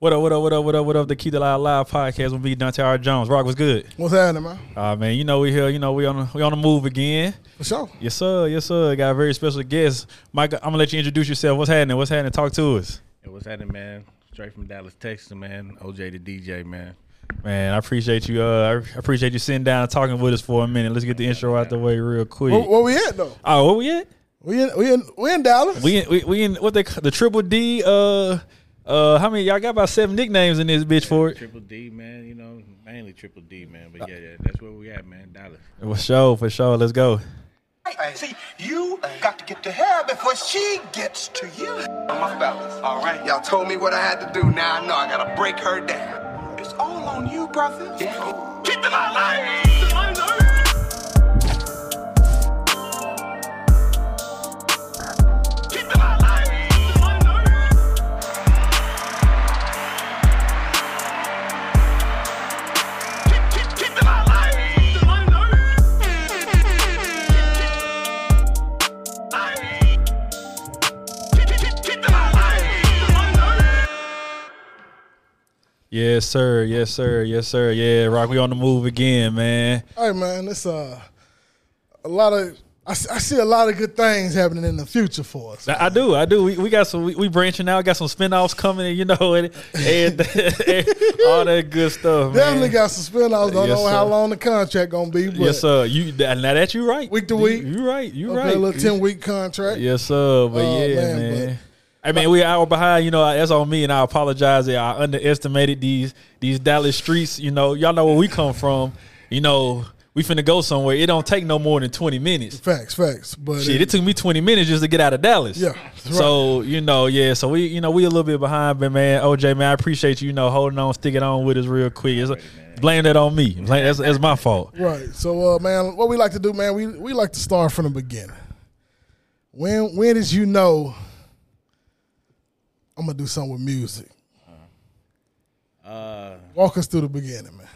What up, what up, what up, what up, what up? The Key to Live Live podcast with me, Dante R. Jones. Rock was good. What's happening, man? Uh man, you know we here, you know we on the, we on the move again. For sure. Yes, sir, yes, sir. Got a very special guest. Mike, I'm gonna let you introduce yourself. What's happening? What's happening? Talk to us. Hey, what's happening, man? Straight from Dallas, Texas, man. OJ the DJ, man. Man, I appreciate you. Uh I appreciate you sitting down and talking with us for a minute. Let's get the intro out the way real quick. Where, where we at though? Oh, where we at? We in we in we in Dallas. We in, we, we in what they ca- the triple D uh uh how many y'all got about seven nicknames in this bitch for it? Triple D, man. You know, mainly Triple D, man. But yeah, yeah, that's where we at, man. Dallas. For sure, for sure. Let's go. Hey, See, you got to get to her before she gets to you. My fellas, all right? Y'all told me what I had to do. Now I know I gotta break her down. It's all on you, brother. Keep them alive! Keep them alive! Keep- keep- keep them alive! Keep- keep- keep them alive! Yes, sir. Yes, sir. Yes, sir. Yeah, Rock, we on the move again, man. Hey man, it's uh a lot of I, s- I see a lot of good things happening in the future for us. I I do, I do. We, we got some. We, we branching out. Got some spinoffs coming. You know, and, and, and all that good stuff. Definitely man. got some spinoffs. Don't Yes, know how sir. long the contract gonna be, but Yes, sir. You that- now that you right. Week to You- week. You, right. You okay, right. a little ten week contract. Yes, sir. But Oh, yeah, man. man, I mean, we hour behind. You know, that's on me, and I apologize. that I underestimated these these Dallas streets. You know, y'all know where we come from. You know, we finna go somewhere. It don't take no more than twenty minutes. Facts, facts. But Shit, it took me 20 minutes just to get out of Dallas. Yeah, that's right. So, you know, yeah. So we, you know, we a little bit behind, but man, OJ, man, I appreciate you, you know, holding on, sticking on with us real quick. It's, blame that on me. Blame, that's, that's my fault. Right. So, uh, man, what we like to do, man, we, we like to start from the beginning. When when did you know I'm gonna do something with music? Uh, Walk us through the beginning, man.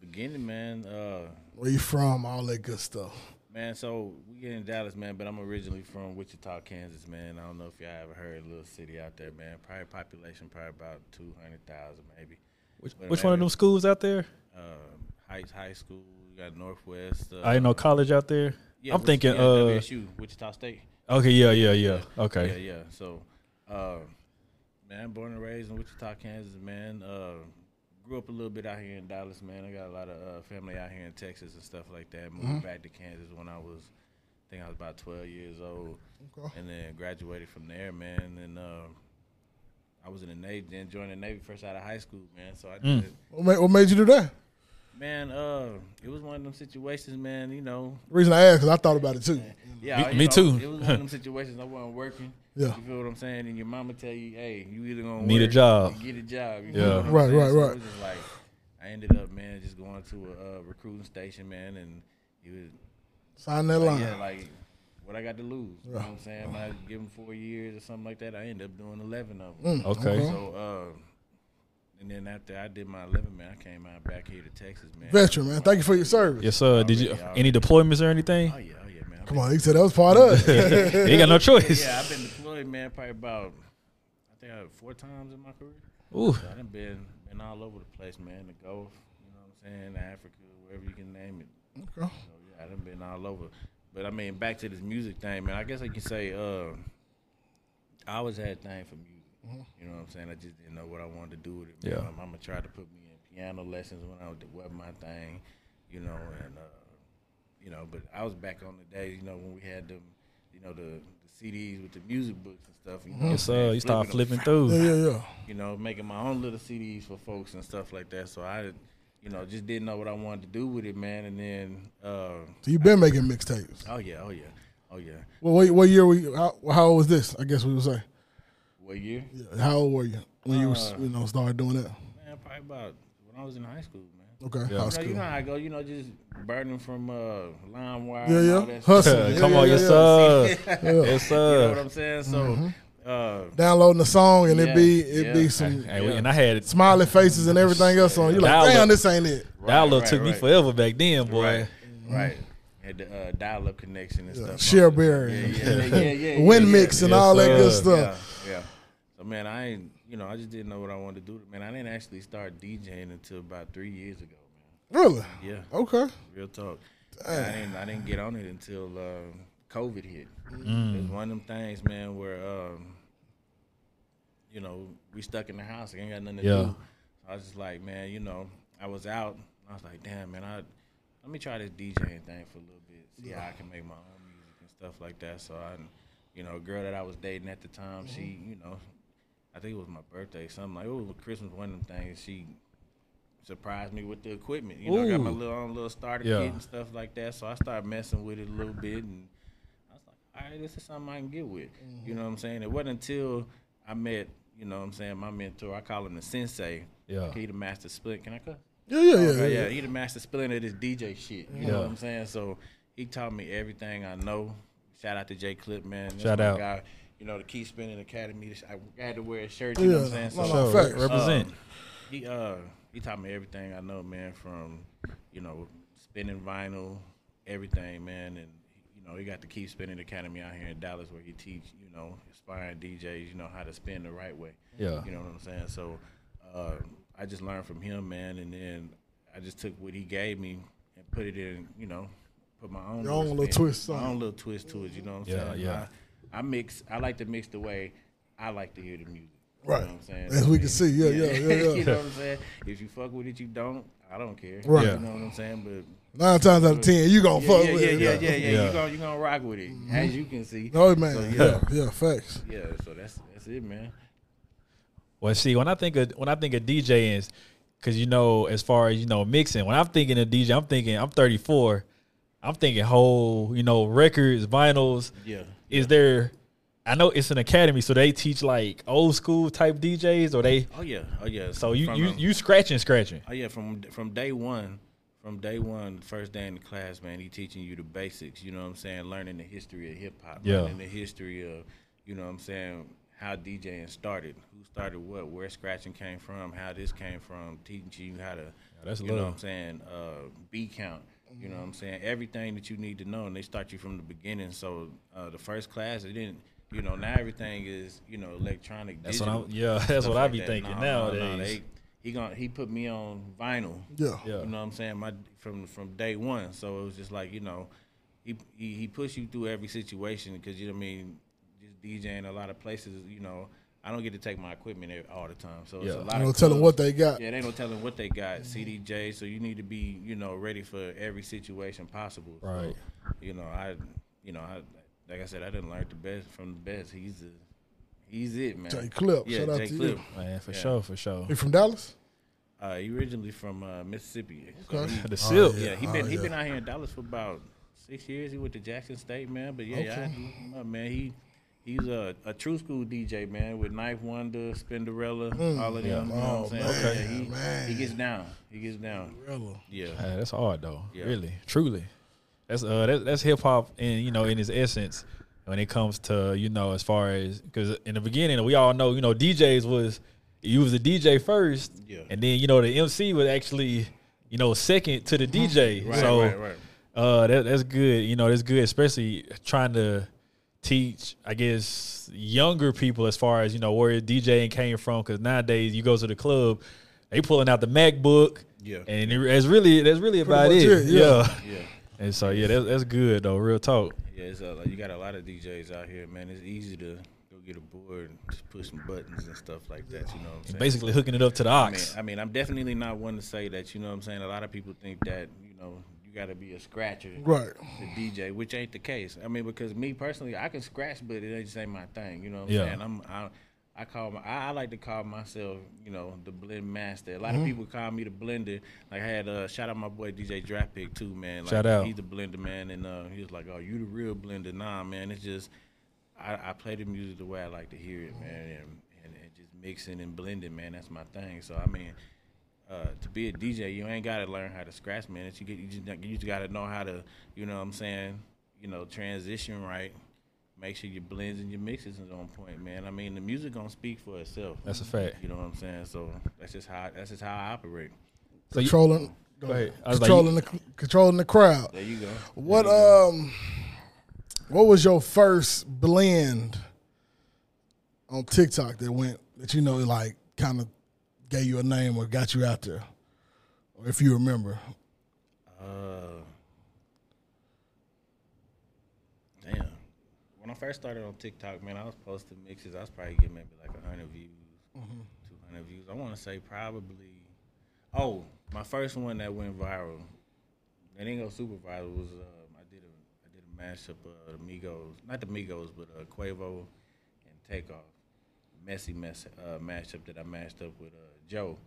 beginning, man. Uh, Where you from? All that good stuff. man. So we get in Dallas, man. But I'm originally from Wichita, Kansas, man. I don't know if y'all ever heard of a little city out there, man. Probably population probably about two hundred thousand, maybe. Which, which one of them schools out there? Um, Heights High School. We got Northwest. Uh, I ain't no college out there. yeah, I'm Wich- thinking, yeah, uh, WSU, Wichita State. okay, yeah, yeah, yeah. Okay. Yeah, yeah. So, uh, man, born and raised in Wichita, Kansas, man. Uh, grew up a little bit out here in Dallas, man. I got a lot of uh, family out here in Texas and stuff like that. Moved back to Kansas when I was, I think I was about 12 years old, Okay. and then graduated from there, man. And uh, I was in the Navy, then joined the Navy first out of high school, man. So I did. What made, what made you do that? Man, uh, it was one of them situations, man. You know, The reason I asked because I thought about it too. Yeah, Me- you me know, too. It was one of them situations I wasn't working. Yeah. you feel what I'm saying? And your mama tell you, "Hey, you either gonna Need a work job. or get a job." Yeah. You feel what I'm Right, saying? right, So it right. was just like, I ended up, man, just going to a uh, recruiting station, man, and it was Sign that line. yeah, like what I got to lose. You know what I'm saying? I give them four years or something like that. I ended up doing 11 of Mm, them. Okay. So, uh, and then after I did my 11, man, I came out back here to Texas, man. Veteran, man. Thank you for your service. Yes, sir. Did you Already, any deployments or anything? Oh yeah, oh yeah, man. I've Come on, he said that was part of it. you ain't got no choice. Yeah, I've been deployed, man, probably about I think I four times in my career. Ooh, So I done been been all over the place, man. The Gulf, you know what I'm saying, Africa, wherever you can name it. Okay. So yeah, I done been all over. But I mean, back to this music thing, man. I guess I can say, uh, I always had a thing for music. You know what I'm saying? I just didn't know what I wanted to do with it. man. Mm-hmm. Yeah. My mama tried to put me in piano lessons when I was wasn't my thing, you know, and uh, you know, but I was back on the days, you know, when we had them, you know, the, the CDs with the music books and stuff. You know, yes, sir. You start flipping them flipping through. yeah, yeah, yeah. you know, making my own little CDs for folks and stuff like that. So I, you know, just didn't know what I wanted to do with it, man. And then, uh, So you've been making mixtapes. oh yeah, oh yeah, oh yeah. Well, what, what year were you? How, how old was this? I guess we would say. What year? Yeah, How old were you when you Uh, was, you know started doing that? Man, probably about when I was in high school, man. Okay, Yeah. high You know, school. you know how I go, you know, just burning from uh, line wire. Yeah, and yeah. all that Hustle. stuff. Uh, Yeah, Come yeah, on, yeah, yes, yeah. sir. Yes, You know what sir. I'm saying? So, Mm-hmm. uh, Downloading the song and it be it Yeah, be yeah. some Hey, we- And I had it smiley faces and everything else on. You like, Dial up. damn, this ain't it. Dial up right, took me right. forever back then, boy. right, right. Had the uh, dial-up connection and stuff. Mm-hmm. Share bearing, Yeah, yeah, yeah, yeah, yeah, wind yeah. mix, and all that Yes, good sir. stuff. Yeah, yeah. So So man, I ain't you know I just didn't know what I wanted to do. Man, I didn't actually start DJing until about three years ago. Man, Really? Yeah. Okay. real talk. I didn't I didn't get on it until um COVID hit. Mm. It's one of them things, man, where um, you know we stuck in the house. I ain't got nothing to Yeah. do. I was just like, man, you know, I was out. I was like, damn, man, I let me try this DJing thing for a little bit, see how I can make my own music and stuff like that. So I, you know, a girl that I was dating at the time, she, Mm-hmm. you know, I think it was my birthday, something like, oh, Christmas, one of them things. She surprised me with the equipment. You know, I got my Ooh. little own little starter Yeah. kit and stuff like that. So I started messing with it a little bit, and I was like, all right, this is something I can get with. Mm-hmm. You know what I'm saying? It wasn't until I met, you know what I'm saying, my mentor. I call him the sensei. Yeah. He the master split. Can I cut? Yeah, yeah, yeah. Yeah, yeah. yeah. He the master spilling of this DJ shit. You Yeah. know what I'm saying? So he taught me everything I know. Shout out to J Clip, man. That's Shout my out. Guy. You know, the Key Spinning Academy. I had to wear a shirt, you know what I'm saying? Yeah. So No, no, Sure, facts. represent. Um, he uh he taught me everything I know, man, from, you know, spinning vinyl, everything, man. And you know, he got the Key Spinning Academy out here in Dallas where he teach, you know, aspiring DJs, you know, how to spin the right way. Yeah. You know what I'm saying? So uh, I just learned from him, man, and then I just took what he gave me and put it in, you know, put my own, Your own little spin, twist on my it. own little twist to it. You know what I'm Yeah, saying? yeah. I, I mix. I like to mix the way I like to hear the music. Right. You know what I'm saying? As we can see, yeah, yeah, yeah, yeah. you know what I'm saying? If you fuck with it, you don't. I don't care. Right. Yeah. You know what I'm saying? But Nine times out of ten, you gonna yeah, fuck yeah, with yeah, it. yeah, yeah, yeah, Yeah. You gonna you gonna rock with it, as you can see. Oh man, So, yeah, yeah, yeah, facts. yeah. So that's that's it, man. Well, see, when I think of when I think of DJing, is because you know, as far as you know, mixing. When I'm thinking of DJ, I'm thinking I'm 34. I'm thinking whole, you know, records, vinyls. Yeah. Is there? I know it's an academy, so they teach like old school type DJs, or they. Oh yeah, oh yeah. So you From, you um, you scratching scratching. Oh yeah, from from day one, from day one, first day in the class, man, he teaching you the basics. You know what I'm saying? Learning the history of hip hop. Yeah. Learning the history of, you know what I'm saying, how DJing started, who started what, where scratching came from, how this came from, teaching you how to, that's you know love. what I'm saying, uh, B count. You know what I'm saying? Everything that you need to know, and they start you from the beginning. So uh, the first class, it didn't. You know now everything is you know electronic. That's what I'm- digital, yeah, that's stuff what I like be that. thinking nowadays. they- he gon' he put me on vinyl. Yeah. Yeah. You know what I'm saying? My from from day one. So it was just like, you know, he he, he pushed you through every situation because you know what I mean, just DJing a lot of places, you know, I don't get to take my equipment ev- all the time. So it's Yeah. a You lot You know, of tell them clubs. what they got. Yeah, they don't tell them what they got, CDJ. So you need to be, you know, ready for every situation possible. So, Right. you know, I, you know, I, like I said, I didn't learn the best from the best. He's the, he's it, man. Jay Clip, Yeah, shout out Jay to you. Clip. Man, for Yeah. sure, for sure. You from Dallas? Uh, he originally from uh, Mississippi. So Okay. he- The silk. yeah, he Oh, been he yeah. been out here in Dallas for about six years. He went to Jackson State, man. But yeah, yeah, I Okay. knew him up, man. He he's a, a true school DJ, man, with Knife Wonder, Spinderella, all of them. You know what I'm Mm. Oh, saying? man, yeah, he, man. he gets down. He gets down. Yeah. Man, Uh, that's hard though. Yeah. Really, truly. That's uh, that, that's hip hop, and you know, in its essence, when it comes to you know, as far as because in the beginning, we all know, you know, DJs was you was a DJ first, Yeah. and then you know the MC was actually you know second to the DJ. Mm-hmm. Right, so right, right. uh, that, that's good. You know, that's good, especially trying to teach, I guess, younger people as far as you know where DJing came from. Because nowadays, you go to the club, they pulling out the MacBook, Yeah. and it, that's really that's really about much it, it, yeah. yeah. Yeah. And so, yeah, that's that's good though. Real talk, Yeah, it's a, you got a lot of DJs out here, man. It's easy to go get a board and just push some buttons and stuff like that. You know what I'm saying? basically hooking it up to the I mean, ox. I mean, I'm definitely not one to say that. You know what I'm saying? A lot of people think that you know you got to be a scratcher Right. to DJ, which ain't the case. I mean, because me personally, I can scratch, but it ain't just ain't my thing. You know what I'm Yeah. saying? I'm I, I call my I, I like to call myself you know the blend master. A lot Mm-hmm. of people call me the blender. Like I had uh, shout out my boy DJ Draftpick too, man. Like, Shout out. He's the blender man, and uh, he was like, "Oh, you the real blender?" Nah, man. It's just I, I play the music the way I like to hear it, man, and, and, and just mixing and blending, man. That's my thing. So I mean, uh, to be a DJ, you ain't gotta learn how to scratch, man. It's, you get you just you just gotta know how to, you know what I'm saying? You know, transition right. Make sure your blends and your mixes is on point, man. I mean, the music gonna speak for itself. That's a fact. You know what I'm saying? So that's just how that's just how I operate. So you- Controlling, Go ahead. I was like, controlling the controlling the crowd. There you go. What um, what was your first blend on TikTok that went that you know like kind of gave you a name or got you out there, or if you remember? Uh, damn. When I first started on TikTok, man, I was posting mixes. I was probably getting maybe like 100 views, 200 views. I want to say probably. Oh, my first one that went viral, that didn't go super viral, was um, I did a I did a mashup of the Migos, not the Migos, but uh, Quavo and Takeoff. Messy mess uh, mashup that I mashed up with uh, Joe.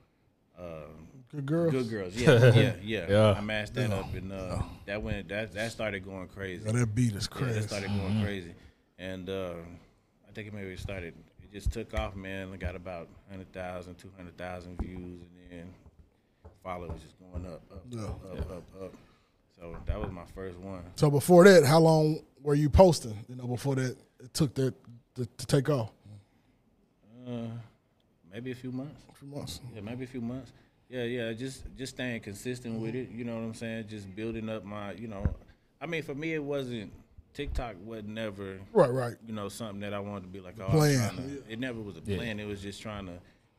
Um, Good girls. Good girls, yeah, yeah, yeah. Yeah. I mashed that up, and uh, that went that that started going crazy. Yo, that beat is Yeah, crazy. that started going crazy, and uh, I think it maybe it started. It just took off, man. I got about 100,000, 200,000 views, and then followers just going up, up, Yeah. up, up, up, up. So that was my first one. so before that, how long were you posting? You know, before that it took that to, to take off. Uh, maybe a few months. A few months. Yeah, maybe a few months. Yeah, yeah, just just staying consistent with it. You know what I'm saying? Just building up my, you know, I mean, for me, it wasn't TikTok was never, Right, right. you know, something that I wanted to be like. Oh, Plan. plan. It never was a plan. It was just trying to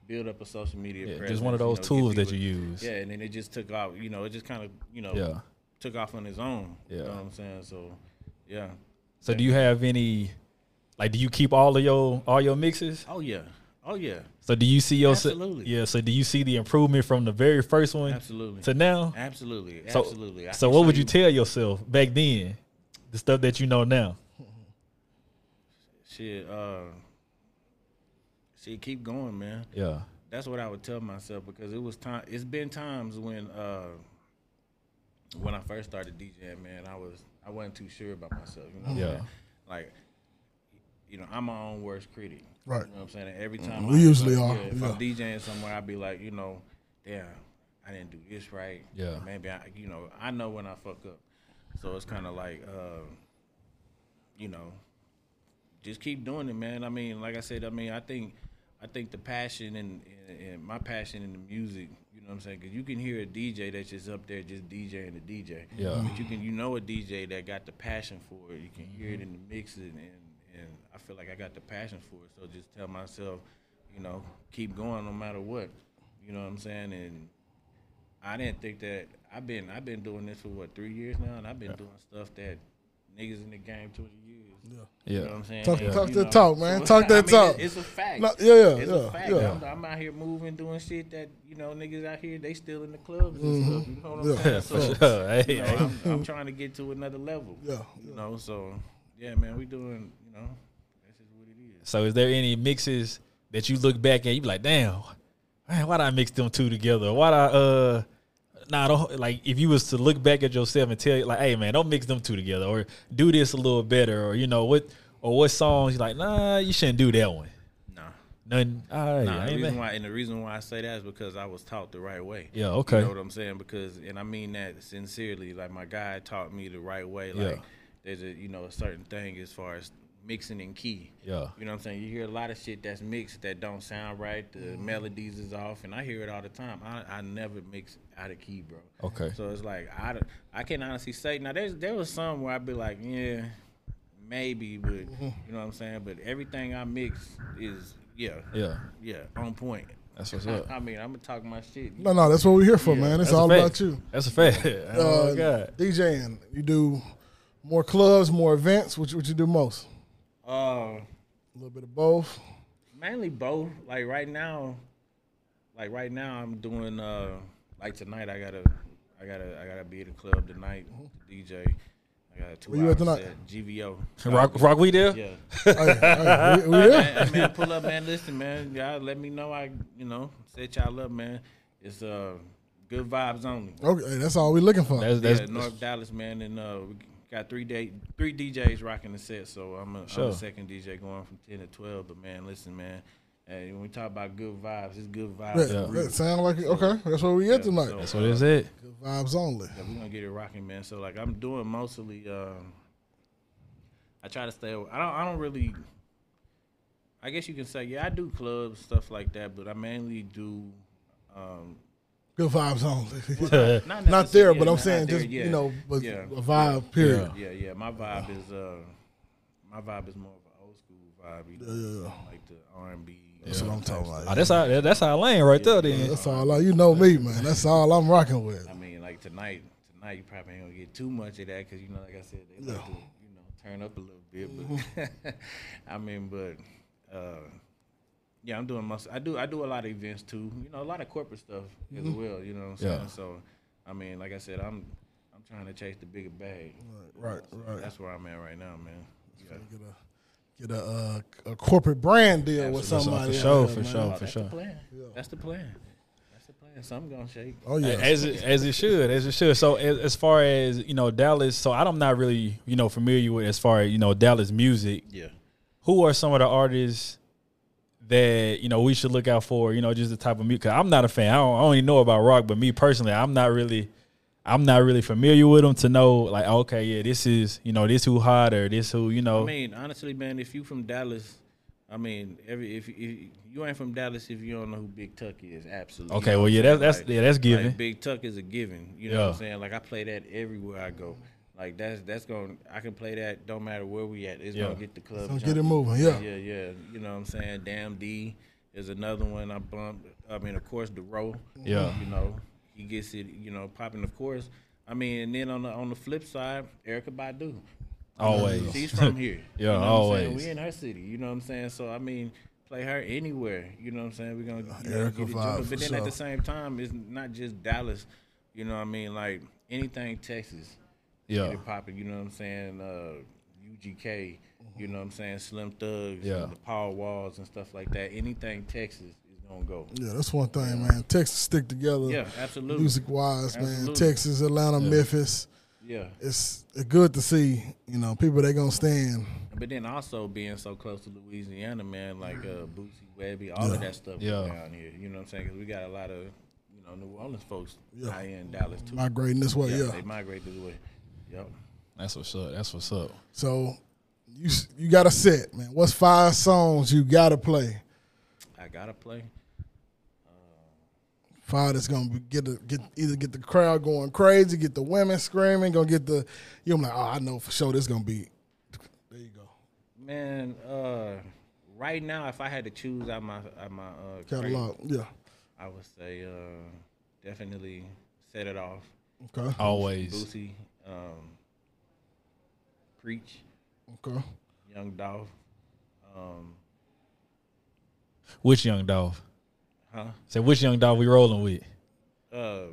build up a social media. Yeah, just presence, one of you those know, get tools that people- you use. Yeah, and then it just took off. You know, it just kind of, you know, Yeah. took off on its own. You Yeah. know what I'm saying? So, yeah. So do you have any? Like, do you keep all of your all your mixes? Oh yeah. Oh yeah. So do you see your Absolutely. Yeah. So do you see the improvement from the very first one Absolutely. to now? Absolutely. So, Absolutely. I So can what show would you tell yourself back then? The stuff that you know now. Shit, uh, shit, keep going, man. Yeah. That's what I would tell myself because it was time. It's been times when, uh, when I first started DJing, man, I was I wasn't too sure about myself. You know, what I'm Yeah. saying? like, you know, I'm my own worst critic. Right. Mm-hmm. You know what I'm saying? And every time we usually yeah, are, If I'm yeah. DJing somewhere, I'd be like, you know, damn, I didn't do this right. Yeah. Maybe I, you know, I know when I fuck up, so it's kind of like, uh, you know, just keep doing it, man. I mean, like I said, I mean, I think, I think the passion and, and, and my passion in the music, you know what I'm saying? Because you can hear a DJ that's just up there just DJing the DJ. Yeah. But you can, you know, a DJ that got the passion for it. You can hear it in the mix, and, and and I feel like I got the passion for it. So just tell myself, you know, keep going no matter what. You know what I'm saying? And I didn't think that I've been I've been doing this for what three years now, and I've been doing stuff that niggas in the game twenty years. Yeah. You know what I'm saying? Talk- And, talk you that talk, man. Talk I that mean, talk. It's, it's a fact. No, yeah, yeah, It's yeah, a fact. yeah. I'm, I'm out here moving, doing shit that you know niggas out here they still in the clubs and stuff. You know what I'm Mm-hmm. Yeah. Yeah, saying? for So, sure. Hey, you know, hey. I'm, I'm trying to get to another level. Yeah, You know, so yeah, man, we doing. You know, that's just what it is. So is there any mixes that you look back at you be like, damn, man, why did I mix them two together? Why did I uh nah don't like if you was to look back at yourself and tell you like, hey man, don't mix them two together or do this a little better or you know what or what songs you like, nah, you shouldn't do that one. Nah. None all right, Nah, I the ain't reason mad. why, and the reason why I say that is because I was taught the right way. Yeah, okay. You know what I'm saying? Because, and I mean that sincerely. Like my guy taught me the right way. Like Yeah. there's a you know a certain thing as far as mixing and key. Yeah. You know what I'm saying? You hear a lot of shit that's mixed that don't sound right. The melodies is off, and I hear it all the time. I, I never mix out of key, bro. Okay. So it's like I don't- I can honestly say now there's there was some where I'd be like yeah maybe but you know what I'm saying but everything I mix is yeah Yeah. yeah, on point. That's what's I, up. I mean, I'm gonna talk my shit. No, no, that's what we're here for, man. It's That's a all fact. about you. That's a fact. oh Uh, my god. DJing, you do more clubs, more events. Which what you do most? Uh, A little bit of both. mainly both. Like right now, like right now, I'm doing uh, like tonight. I gotta, I gotta, I gotta be at the club tonight. to DJ. I got a two Mm-hmm. Where you at hour tonight? set. GVO. Rock rock we there? Yeah. Hey, hey, we, we there. man, man, pull up, man. Listen, man. Y'all let me know. I, you know, set y'all up, man. It's uh, good vibes only. Okay, that's all we're looking for. That's Yeah, that's North Dallas, man, and uh, we got three day three DJs rocking the set. So I'm a, Sure. am a second DJ going from ten to twelve. But man, listen, man, hey, when we talk about good vibes, it's good vibes. Yeah, for real. That sound like it. okay. That's where we at tonight. so- that's what is it? Good vibes only. Yeah, we're gonna get it rocking, man. So like I'm doing mostly um I try to stay away. I don't I don't really I guess you can say, yeah, I do clubs, stuff like that, but I mainly do um Good vibes only. not, not there, necessarily- but yeah, I'm not saying there, just yeah. you know, but Yeah. a vibe. Period. Yeah, yeah. My vibe is uh, my vibe is more of an old school vibe. vibe. You know, Yeah. like the R and B. That's what I'm talking Oh, about. that's our that- that's our lane right there. Then That's all I, you know me, man. That's all I'm rocking with. I mean, like tonight, tonight you probably ain't gonna get too much of that because you know, like I said, they like to you know turn up a little bit. Mm-hmm. But I mean, but uh, yeah, I'm doing most. I do I do a lot of events too. You know, a lot of corporate stuff as Mm-hmm. well. You know what I'm saying? Yeah. So, I mean, like I said, I'm I'm trying to chase the bigger bag. Right, right. That's where I'm at right now, man. Yeah. Get a get a, uh, a corporate brand deal with for somebody. sure, Yeah, for man. sure, Oh, for that's sure. the plan. That's the plan. That's the plan. Something gonna shake. Oh yeah. as it, as it should, as it should. So as, as far as you know, Dallas. So I'm not really you know familiar with as far as you know Dallas music. Yeah. Who are some of the artists that you know we should look out for? You know, just the type of music. 'Cause I'm not a fan. I don't, I don't even know about rock, but me personally, I'm not really. I'm not really familiar with them to know, like, okay, yeah, this is, you know, this who hot or this who, you know. I mean, honestly, man, if you from Dallas, I mean, every if, if you ain't from Dallas, if you don't know who Big Tuck is, absolutely. Okay, You know well, what yeah, I'm that's- saying? that's- yeah, that's given. Like, Big Tuck is a given. You know what Yeah. I'm saying? Like I play that everywhere I go. Like that's that's going. to I can play that. Don't matter where we at. It's Yeah. gonna get the club. Don't get jumping. it moving. Yeah. Yeah, yeah. You know what I'm saying? Damn D is another one I bumped. I mean, of course, the row. Yeah. You know, he gets it, you know, popping, of course. I mean, and then on the on the flip side, Erica Badu. Always. She's from here. Yeah, You know what I'm saying? always. We in her city, you know what I'm saying? So I mean, play her anywhere. You know what I'm saying? We're gonna you know, Erica get it vibe, jumping. for But then at sure. the same time, it's not just Dallas, you know what I mean? Like anything Texas Yeah. get it popping. You know what I'm saying? Uh, UGK. You know what I'm saying? Slim Thugs. Yeah. The Paul Walls and stuff like that. Anything Texas is gonna go. Yeah, that's one thing, man. Texas stick together. Yeah, absolutely. Music wise, man. Absolutely. Texas, Atlanta, Memphis. Yeah. It's good to see, you know, people that gonna stand. But then also being so close to Louisiana, man, like uh, Bootsy Webby, all of that stuff Yeah. yeah. down here. You know what I'm saying? 'Cause we got a lot of you know New Orleans folks Yeah. high in Dallas too. Migrating this way, Yeah, yeah. They migrate this way. Yep. That's what's up. That's what's up. So you s- you got a set, man. What's five songs you gotta play? I gotta play. Five that's gonna be, get the, get either get the crowd going crazy, get the women screaming, gonna get the you. I'm like, oh, I know for sure this gonna be. There you go. Man, uh, right now if I had to choose out my out my uh crate, Catalog, yeah. I would say uh, definitely set it off. Okay, Always. Boosie, um, Preach, okay. Young Dolph, um, Which young Dolph? huh? Say which young Dolph we rolling with? Uh,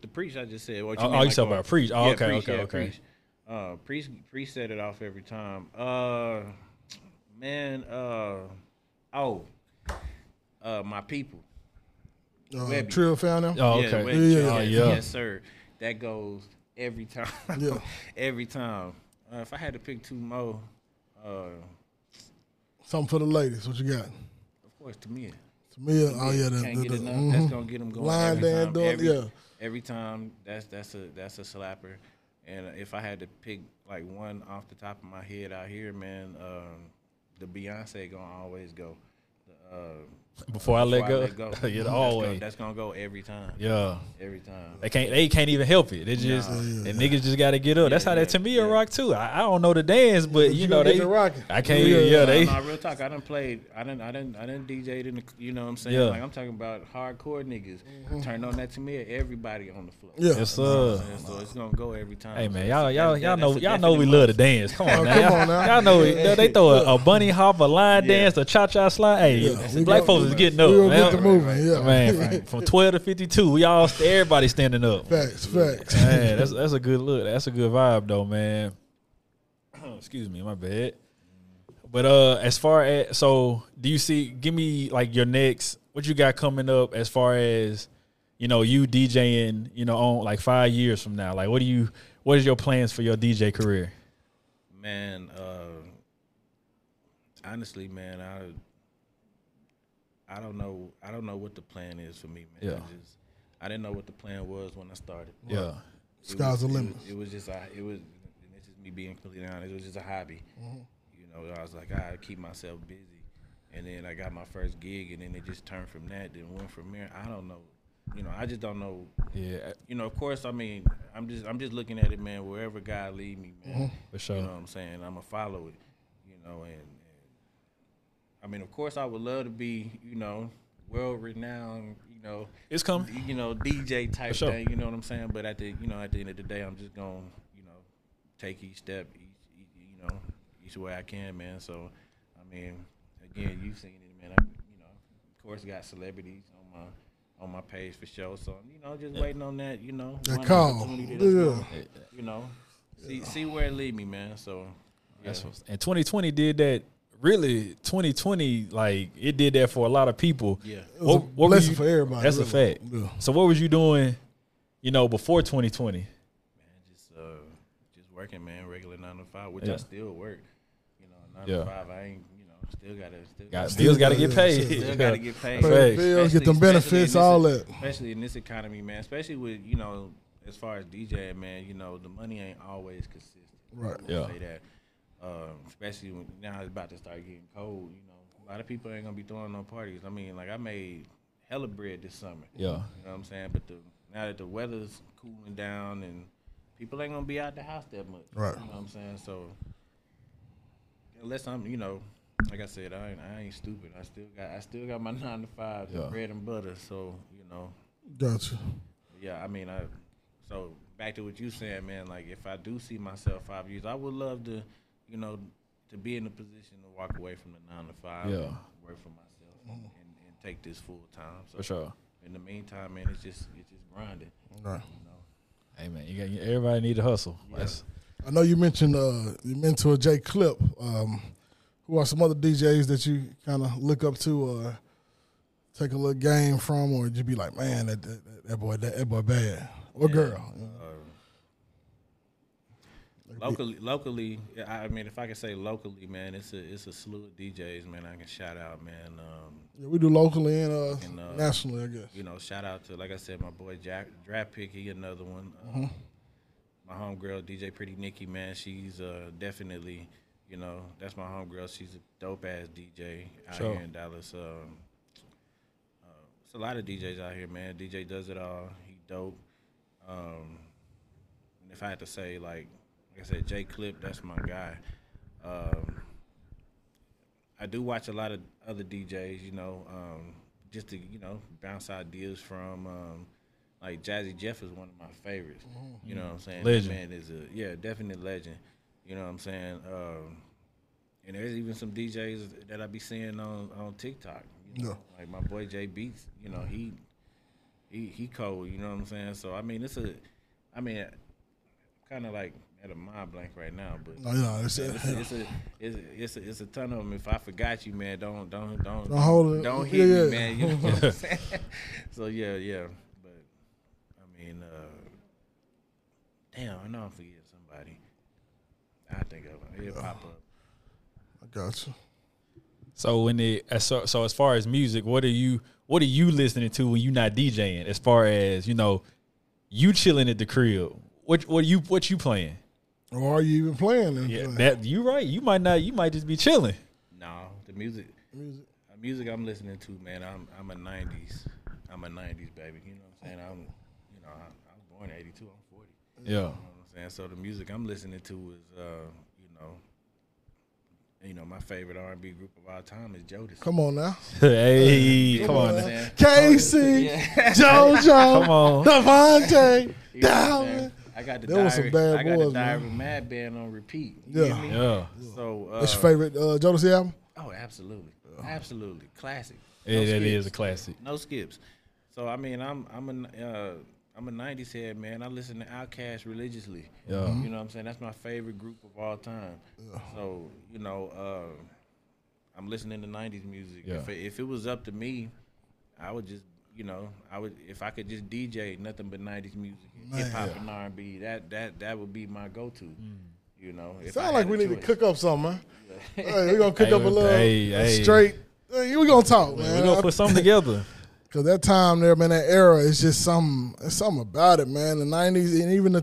the Preach I just said. What Oh, mean, oh, you like said on- about Preach. Oh, Yeah, okay, okay, yeah, okay. Preach. Uh, Preach, Preach set it off every time. Uh, man, uh, oh, uh, my people. Uh, Webby. Trill found them. Oh, Yeah, okay. wet Yeah, chicken. yeah, yes, yeah. yes, sir. That goes every time. Yeah. every time. Uh, if I had to pick two more, uh, of Something for the ladies. What you got? course, to me. Tamia. Oh yeah, the, can't the, get the- enough. mhm. That's gonna get them going. Line every dance time. doing- every, yeah. every time. That's that's a that's a slapper. And if I had to pick like one off the top of my head out here, man, um, the Beyonce gonna always go. The, uh, Before I let Before go. yeah, That's gonna- always. That's gonna go every time. yeah. Every time. They can't they can't even help it. They just the niggas just gotta get up. That's how that to me a rock too. I, I don't know the dance, but you, you know gonna get they to rocking. I can't Yeah. yeah, they Nah, nah, real talk. I done played. I done. I done. I done DJed in the. You know what I'm saying? Yeah. Like I'm talking about hardcore niggas. Turn on that to me. Everybody on the floor. Mm-hmm. Yeah. Yes You know what sir. I'm saying? So it's gonna go every time. Hey man, So y'all it's- y'all that- y'all that- know that's a y'all know we definite love to must. dance. Come on, now. Oh, come y'all, on now. y'all know it- they throw a, a bunny hop, a line Yeah. dance, a cha cha slide. Hey, we black go- folks is getting up, We'll man. get the moving. Yeah. Man, from- from twelve to fifty two, we all everybody standing up. Facts. Facts. Man, that's that's a good look. That's a good vibe though, man. Excuse me, my bad. But uh as far as so do you see give me like your next what you got coming up as far as you know you DJing, you know, on like five years from now. Like what do you what is your plans for your DJ career? Man, uh, honestly, man, I I don't know. I don't know what the plan is for me, man. I, Yeah. just, I didn't know what the plan was when I started. Yeah. It Sky's was- the it limit. was- It was just a, it was and this is me being completely honest. It was just a hobby. Mm-hmm. You know, I was like I gotta keep myself busy, and then I got my first gig, and then it just turned from that, then went from there. I don't know. You know, I just don't know. Yeah. You know, of course, I mean, I'm just I'm just looking at it, man. Wherever God lead me, man. Mm-hmm. For sure. You know what I'm saying? I'm gonna follow it. You know, and, and I mean, of course, I would love to be, you know, world renowned, you know, It's coming. you know, DJ type sure. thing. You know what I'm saying? But at the, you know, at the end of the day, I'm just gonna, you know, take each step, each, each you know, each way I can, man. So, I mean, again, you've seen it, man. I, you know, of course, got celebrities on my on my page for sure. So, you know, just waiting on that, you know, That one call. opportunity that's Yeah. gonna, you know, see see where it lead me, man. So, That's what, and 2020 did that. Really, 2020 like it did that for a lot of people. Yeah. It was a were blessing you- for everybody, That's really. a fact. Yeah. So what was you doing? You know, before 2020. man, just uh, just working, man, regular nine to five, which Yeah. I still work. You know, nine Yeah. to five, I ain't, you know, still gotta still Got Still bills got to gotta- get paid. Still gotta get paid. Pay the Facts. bills, get Especially- them benefits, especially in all this- that. Especially in this economy, man. Especially with you know, as far as DJing, man, you know, the money ain't always consistent. Right. I will Yeah. Say that. Um, especially when now it's about to start getting cold. You know, a lot of people ain't gonna be throwing no parties. I mean, like I made hella bread this summer. Yeah. You know what I'm saying? But the now that the weather's cooling down and people ain't gonna be out the house that much. Right. You know what I'm saying? So unless I'm, you know, like I said, I ain't, I ain't stupid. I still got I still got my nine to five, Yeah. bread and butter. So you know, Gotcha. yeah. I mean, I so back to what you saying, man. Like if I do see myself five years, I would love to, you know, to be in a position to walk away from the nine to five, Yeah. and work for myself, and, and take this full time. So For sure. in the meantime, man, it's just it's just grinding. Right. You know, Hey man, you got everybody need to hustle. That's I know you mentioned uh, your mentor Jay Clip. Um, who are some other DJs that you kind of look up to or take a little game from, or you be like, man, that that, that- that boy, that, that boy bad or girl? you know? locally, locally, yeah, I I mean, if I can say locally, man, it's a it's a slew of DJs, man. I can shout out, man. Um, Yeah, we do locally and, uh, And, uh, nationally, I guess. you know, shout out to like I said, my boy Jack Draft Pick, he another one. Uh, My homegirl DJ Pretty Nikki, man, she's uh, definitely, you know, that's my homegirl. She's a dope ass DJ out Sure. here in Dallas. Um, uh, it's a lot of DJs out here, man. DJ does it all. He dope. Um, and if I had to say, like, like I said, Jay Clip, that's my guy. Um, I do watch a lot of other DJs, you know, um, just to you know bounce ideas from. Um, like Jazzy Jeff is one of my favorites. You know what I'm saying? That Legend. man is a yeah, definite legend. You know what I'm saying? Um, and there's even some DJs that I be seeing on on TikTok. You know? Like my boy Jay Beats, you know he he he cold. You know what I'm saying? So I mean, it's a, I mean, kind of like at a mind blank right now, but No, no, it's, it's a, it's a it's a it's a it's a ton of them. If I forgot you, man, don't don't don't Don't hold it. Don't Yeah, hit yeah. me, man. You know what I'm saying? so yeah, yeah. But I mean, uh, damn, I know I'm forgetting somebody. I think of it. It'll pop up. I got you. so when they as so, so as far as music, what are you what are you listening to when you not DJing? As far as you know, you chilling at the crib. What what you what you playing? Or are you even playing? And Yeah, playing? that you right. You might not. You might just be chilling. No, the music, music, music I'm listening to, man. I'm I'm a '90s, I'm a '90s baby. You know what I'm saying? I'm, you know, I, I was born in '82. I'm 40. Yeah, You know what I'm saying? So the music I'm listening to is, uh, you know, you know, my favorite R&B group of all time is Jodeci. Come on now, hey, come on, You know now. what I'm saying? Casey, Yeah. JoJo, come on. Devontae, You know what I'm saying? Dowling. I got the There diary. was some bad I got boys, the diary man. of Mad Band on repeat. You Yeah. yeah. Me? Yeah, So uh, That's your favorite uh, Jodeci album? Oh, absolutely, absolutely, classic. yeah, No that is skips. a classic. No skips. So I mean, I'm I'm a uh, I'm a '90s head man. I listen to Outkast religiously. Yeah. Mm-hmm. You know what I'm saying? That's my favorite group of all time. So you know, uh, I'm listening to '90s music. Yeah. If, it, if it was up to me, I would just you know I would if I could just DJ nothing but '90s music, hip hop and R&B. That that that would be my go-to. You know, if I Mm. Sound had like a we need choice. to cook up something, man. hey, we gonna cook Hey, up a little hey, hey. straight. Hey, we gonna talk, man. We're gonna put something together. Cause that time there, man, that era is just something. It's something about it, man. The '90s and even the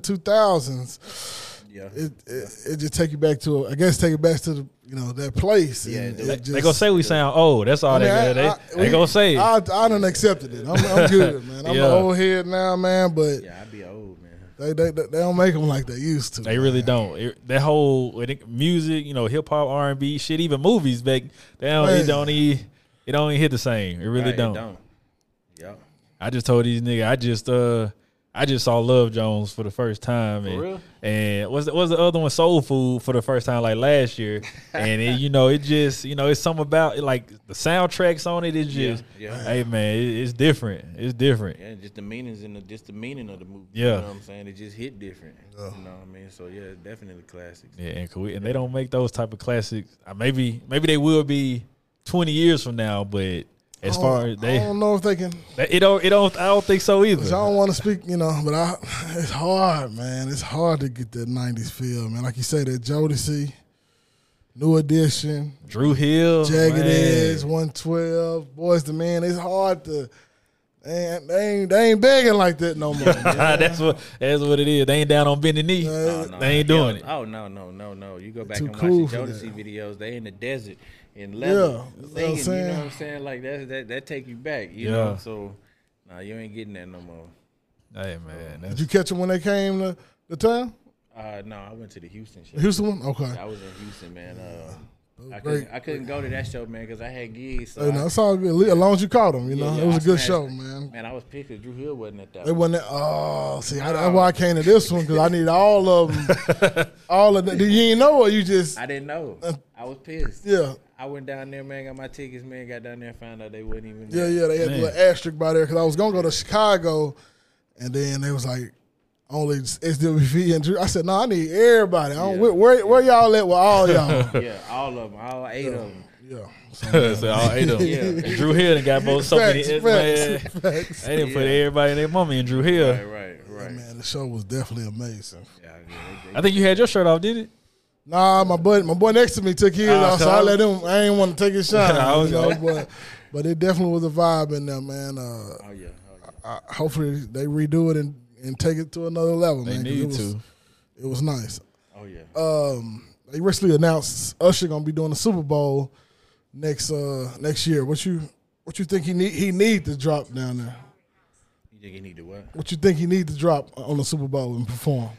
2000s. Yeah. It it, it just take you back to, I guess, take you back to the, you know, that place. Yeah, And they- it they They gonna say we sound old. That's all I mean, I- they they, I- they we- gonna say. It. I, I done accepted it. I'm, I'm good, man. I'm Yeah. an old head now, man. But Yeah, I'd be old man. They, they they they don't make them like they used to. They really don't. It, that whole with it- music, you know, hip hop, R and B, shit, even movies back. They don't. It Man. don't. e- It don't even hit the same. It really Right, it don't. don't. Yep. I just told these niggas. I just uh. I just saw Love Jones for the first time, and real? and was the, was the other one Soul Food for the first time like last year, and it, you know it just you know it's something about it, like the soundtracks on it. It's just yeah. hey man, it, it's different. It's different. Yeah, just the meanings and the just the meaning of the movie. Yeah. You know what I'm saying? It just hit different. You know what I mean? So yeah, definitely classics. Yeah, and Kuwait, and they don't make those type of classics. Uh, Maybe maybe they will be twenty years from now, but as I don't- far as Oh, I they, don't know if they can. they, it don't, it don't, I don't think so either. I don't want to speak, you know, but I, it's hard, man. It's hard to get that '90s feel, man. Like you say, that Jodeci, New Edition, Drew Hill, Oh, Jagged man. Edge, 112, Boys the Man. It's hard to. And they ain't, they ain't begging like that no more. man. that's what that's what it is. They ain't down on bending knee. Yeah. No, they ain't yeah, doing it. Oh no, no, no, no! You go back too and cool watch the for Jodeci that. videos. They in the desert in leather, you know what I'm singing. You know saying? what I'm saying? Like that, that, that take you back. You Yeah. know. So, nah, you ain't getting that no more. Hey man, Did that's, you catch them when they came to the town? Uh, no, I went to the Houston show. The Houston one? Okay. I was in Houston, man. Uh, I great. couldn't, I couldn't go to that show, man, because I had gigs. So Hey, I- no, it's all good. As long as you caught them, you know. yeah, it was I a good smashed show, it. man. man, I was picked. 'cause Drew Hill wasn't at that. It one. wasn't. that- Oh, see, I, that's why I came to this one because I need all of them. all of them. You ain't know or you just I didn't know. I was pissed. yeah, I went down there, man, got my tickets, man, got down there, found out they wasn't even. yeah, there. yeah. They had a little asterisk by there because I was gonna go to Chicago, and then they was like. Only SWV and Drew. I said, no, I need everybody. I don't, Yeah. where, where, where y'all at with all y'all? Yeah, all of them, all eight of them. yeah. So, so all eight of them. Yeah. Drew Hill and got both so many. facts, Man, facts, facts. they didn't put Yeah. everybody and their mommy in Drew Hill. Right, right, right. Yeah, Man, the show was definitely amazing. yeah, they- I think you had your shirt off, did it? Nah, my buddy, my boy next to me took his Ah, off, so so- I let him. I ain't want to take his shine, I was you know, but but it definitely was a vibe in there, man. Uh, oh yeah, oh, yeah. I, hopefully they redo it and, and take it to another level, They man. 'cause need it was, to. It was nice. Oh yeah. Um, they recently announced Usher gonna be doing the Super Bowl next uh next year. What you what you think he need he need to drop down there? you think he need to what? What you think he need to drop on the Super Bowl and perform?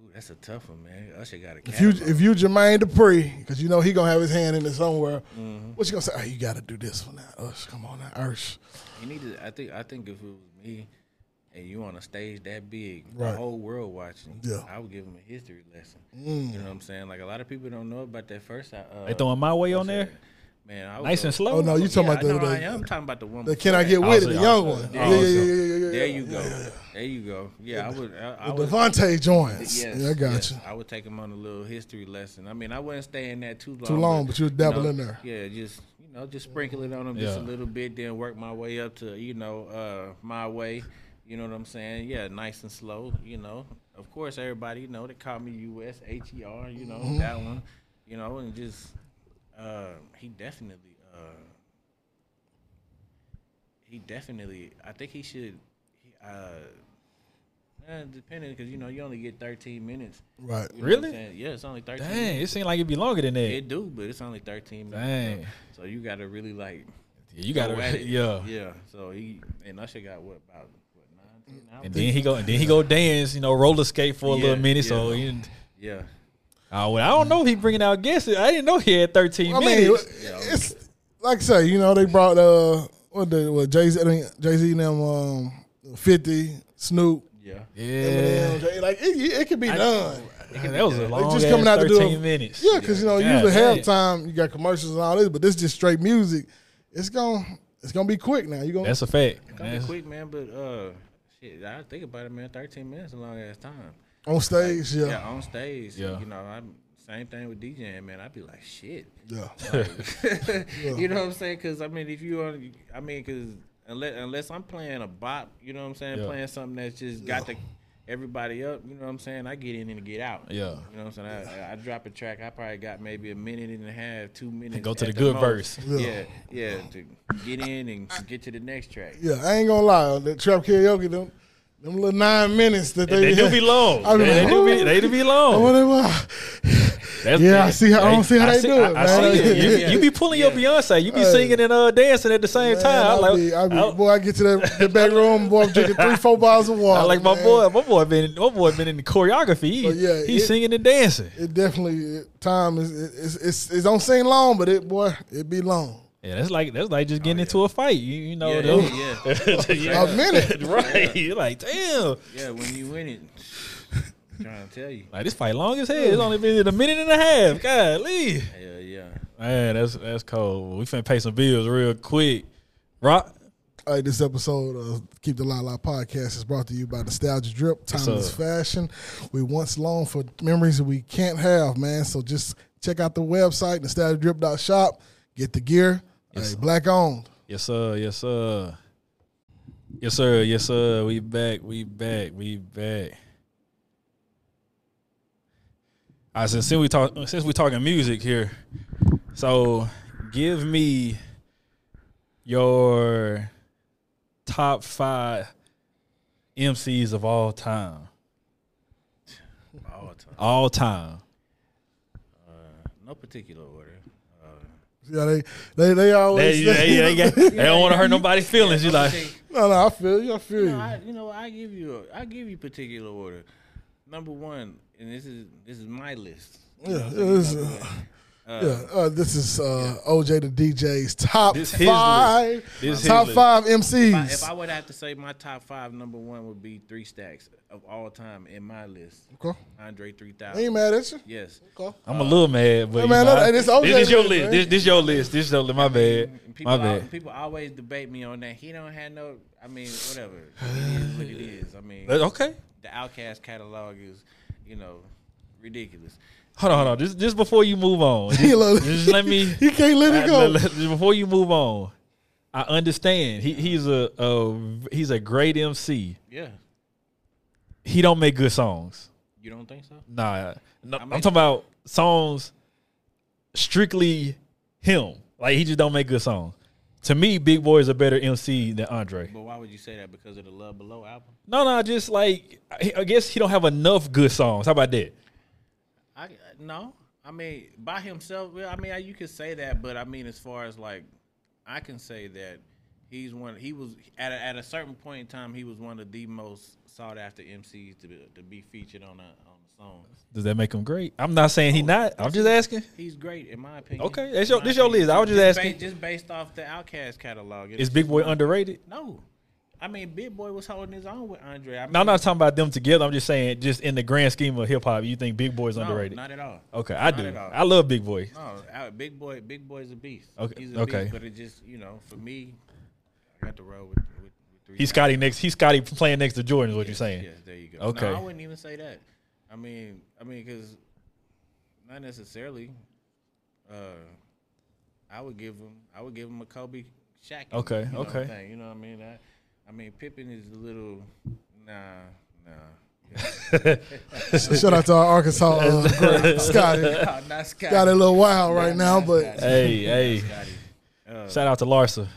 Ooh, that's a tough one, man. Usher got a If you catalog. if you Jermaine Dupri, because you know he gonna have his hand in it somewhere. Mm-hmm. What you gonna say? Oh, you got to do this one now. Ush, come on now, Ush. He need to. I think. I think if it was me, and you on a stage that big, Right. the whole world watching, Yeah. Mm. I would give him a history lesson. You know what I'm saying? Like a lot of people don't know about that first. Uh, They throwing my way on Usher. there, Man, I was nice a- and slow. Oh, Oh no, you talking Yeah, about the, I know I the, am talking about the one. the before Can I that. Get With It, Also, the yeah. young one. Yeah, yeah, Also. yeah, yeah, yeah, yeah, Oh, There yeah. you go. There you go. Yeah, I would. I, I would. Devontae joins. Yes, yeah, I got yes. you. I would take him on a little history lesson. I mean, I wasn't staying that too long. Too long, but you would dabble know, in there. Yeah, just you know, just sprinkle it on him just a Yeah. little bit, then work my way up to you know uh, my way. You know what I'm saying? Yeah, nice and slow. You know, of course, everybody you know they call me U.S. H.E.R. E You know Mm-hmm. that one. You know, and just uh, he definitely. Uh, he definitely. I think he should. He, uh, eh, depending because you know you only get 13 minutes. Right. You know what I'm Really? saying? Yeah, it's only 13. Dang, minutes. it seemed like it'd be longer than that. it do, but it's only 13 minutes. Dang. you know? So you gotta really like. you go at gotta, it. yeah. yeah. So he and Usher got what about what nine, ten hours? And then he go, and then he go dance, you know, roller skate for a Yeah, little minute. So yeah. he, didn't- yeah. oh, well, I don't know if he bringing out guests. I didn't know he had thirteen I mean, minutes. it's like I say, you know, they brought uh what the what Jay Z, I mean, Jay Z and them um Fifty, Snoop. Yeah. yeah, Eminem, Jay- Like it, it could be done. that was a long. just coming out to do a- thirteen minutes. Yeah, because you know, God usually damn. halftime you got commercials and all this, but this just straight music. It's gonna it's gonna be quick now. You gonna that's a fact. Kind That's- quick, man, but uh, shit. I think about it, man. 13 minutes is a long ass time. on stage, yeah, Yeah. on stage. Yeah. You know, I'm same thing with DJing, man. I'd be like, shit. yeah. you know what I'm saying? Because I mean, if you are, I mean, because unless unless I'm playing a bop, you know what I'm saying, Yeah. playing something that's just got the everybody up, you know what I'm saying? I get in and get out. Yeah. you know what I'm saying. I, I drop a track. I probably got maybe a minute and a half, two minutes. go to at the good most. verse. Yeah, yeah, to get in and get to the next track. Yeah, I ain't gonna lie. That trap karaoke, them, them little nine minutes that they, Oh, They do be long. I They, they do be. They do be long. I wonder why. That's Yeah, I see how- I don't see how they see- do it, I- I man. see it. You, be- you be pulling your Beyonce. You be singing and uh, dancing at the same time. I I like, be, I be, I- boy, I get to the, the back room, boy, I'm drinking three, four bottles of water. I like my man. boy. My boy been my boy been in the choreography. He, But yeah, he's it- singing and dancing. It definitely it- time is it, it's, it's it don't seem long, but it boy, it be long. Yeah, that's like that's like just getting into a fight. You, you know, Yeah, though. yeah, yeah. Oh, Yeah. A minute. right? You're like, damn, Yeah, when you win it, I'm trying to tell you. like this fight long as hell. It's only been a minute and a half. God, Lee. Yeah, yeah. Man, that's that's cold. We finna pay some bills real quick. Rock. All right, this episode of Keep the La La podcast is brought to you by Nostalgia Drip, Timeless up? Fashion. We once long for memories that we can't have, man. So just check out the website, nostalgiadrip.shop. Get the gear. Hey, black owned. Yes, sir. Yes, sir. Yes, sir. Yes, sir. We back. We back. We back. All right, so since we talk, since we talking music here, so give me your top five MCs of all time. All the time. All time. No particular order. Uh, Yeah, they they, they They, always they, they, got- they don't want to hurt nobody's feelings. You I like, think- No, no, I feel you. I feel No, you. I, you know, I give you, a, I give you particular order. Number one, and this is this is my list. Yeah, this, uh, yeah, uh, this is uh, OJ the DJ's top This his list. five, uh, This his top list. five If I, MCs. if I would have to say my top five, number one would be Three Stacks of all time in my list. okay. Andre Three I ain't Thousand. mad at you. Yes. Okay. I'm a little mad, but Hey, man, you know, look, I- and it's OJ this is your list, list. man. This, this your list. This your li- my bad. People, My al- bad. people always debate me on that. He don't have no. I mean, whatever. It is what it is. I mean, That- Uh, Okay. the Outcast catalog is, you know, ridiculous. Hold on, hold on. Just, just before you move on, He just, look- just let me. He can't let it I- go. let- let- just before you move on, I understand. He he's a, a he's a great MC. Yeah. He don't make good songs. You don't think so? Nah, no, I'm make- talking about songs strictly him. Like he just don't make good songs. To me, Big Boy is a better MC than Andre. But why would you say that? Because of the Love Below album? No, no, just like I I guess he don't have enough good songs. How about that? I no. I mean, by himself. well, I mean, I- you could say that, but I mean, as far as like, I can say that he's one. He was at a, at a certain point in time. He was one of the most sought after MCs to be, to be featured on a on a song. Does that make him great? I'm not saying he not. I'm just asking. He's great in my opinion. Okay, that's your- In my this your opinion. list. I was just ba- asking. just based off the Outcast catalog. Is Big Boy underrated? No, I mean, Big Boy was holding his own with Andre. I mean, No, I'm not talking about them together. I'm just saying, just in the grand scheme of hip hop, you think Big Boy is no, underrated? Not at all. okay, I Not do. at all. I love Big Boy. No, I, big boy, big boy's a beast. Okay, he's a okay. Beast, but it just, you know, for me, I got to roll with, with, with three. He's Scotty next. He's Scotty playing next to Jordan. Is what you're saying? Yes, there you go. Okay. no, I wouldn't even say that. I mean, I mean, because not necessarily. Uh, I would give him, I would give him a Kobe, Shaq. and- Okay, you know, okay. Thing, you know what I mean? I, I mean, Pippen is a little, nah, nah. Shout out to our Arkansas uh, great Scotty. Nah, not Scotty. Got a little wild right now, not but Scotty. Hey, hey! Scotty. Shout out to Larsa.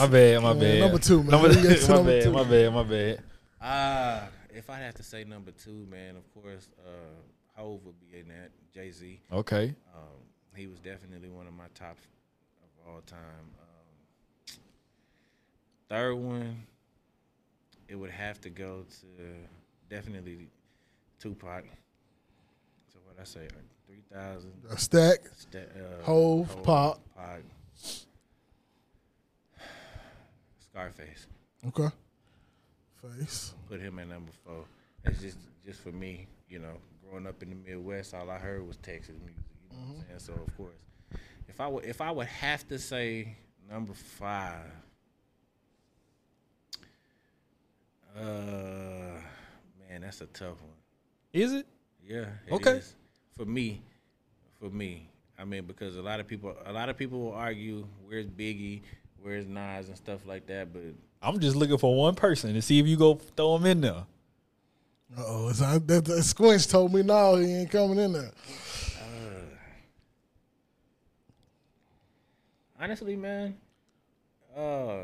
My bad, my bad. number two, man. Number, We get to my, number bad, two. my bad, my bad. Ah, if I have to say number two, man, of course, uh, Hove would be in that. Jay Z, Okay. um, he was definitely one of my tops of all time. Um, third one, it would have to go to definitely Tupac. So what I say, uh, three thousand. a stack. St- uh, Hov, Pop. Pac, Scarface. Okay. Face. put him at number four. That's just just for me, you know. Growing up in the Midwest, all I heard was Texas music. You know what I'm saying? So of course, if I would if I would have to say number five, uh, man, that's a tough one. Is it? Yeah. it Okay. is. For me, for me, I mean, because a lot of people, a lot of people will argue, where's Biggie, where's Nas, and stuff like that. But I'm just looking for one person to see if you go throw him in there. Uh oh. That, that, that Squinch told me no, he ain't coming in there. honestly, man, uh,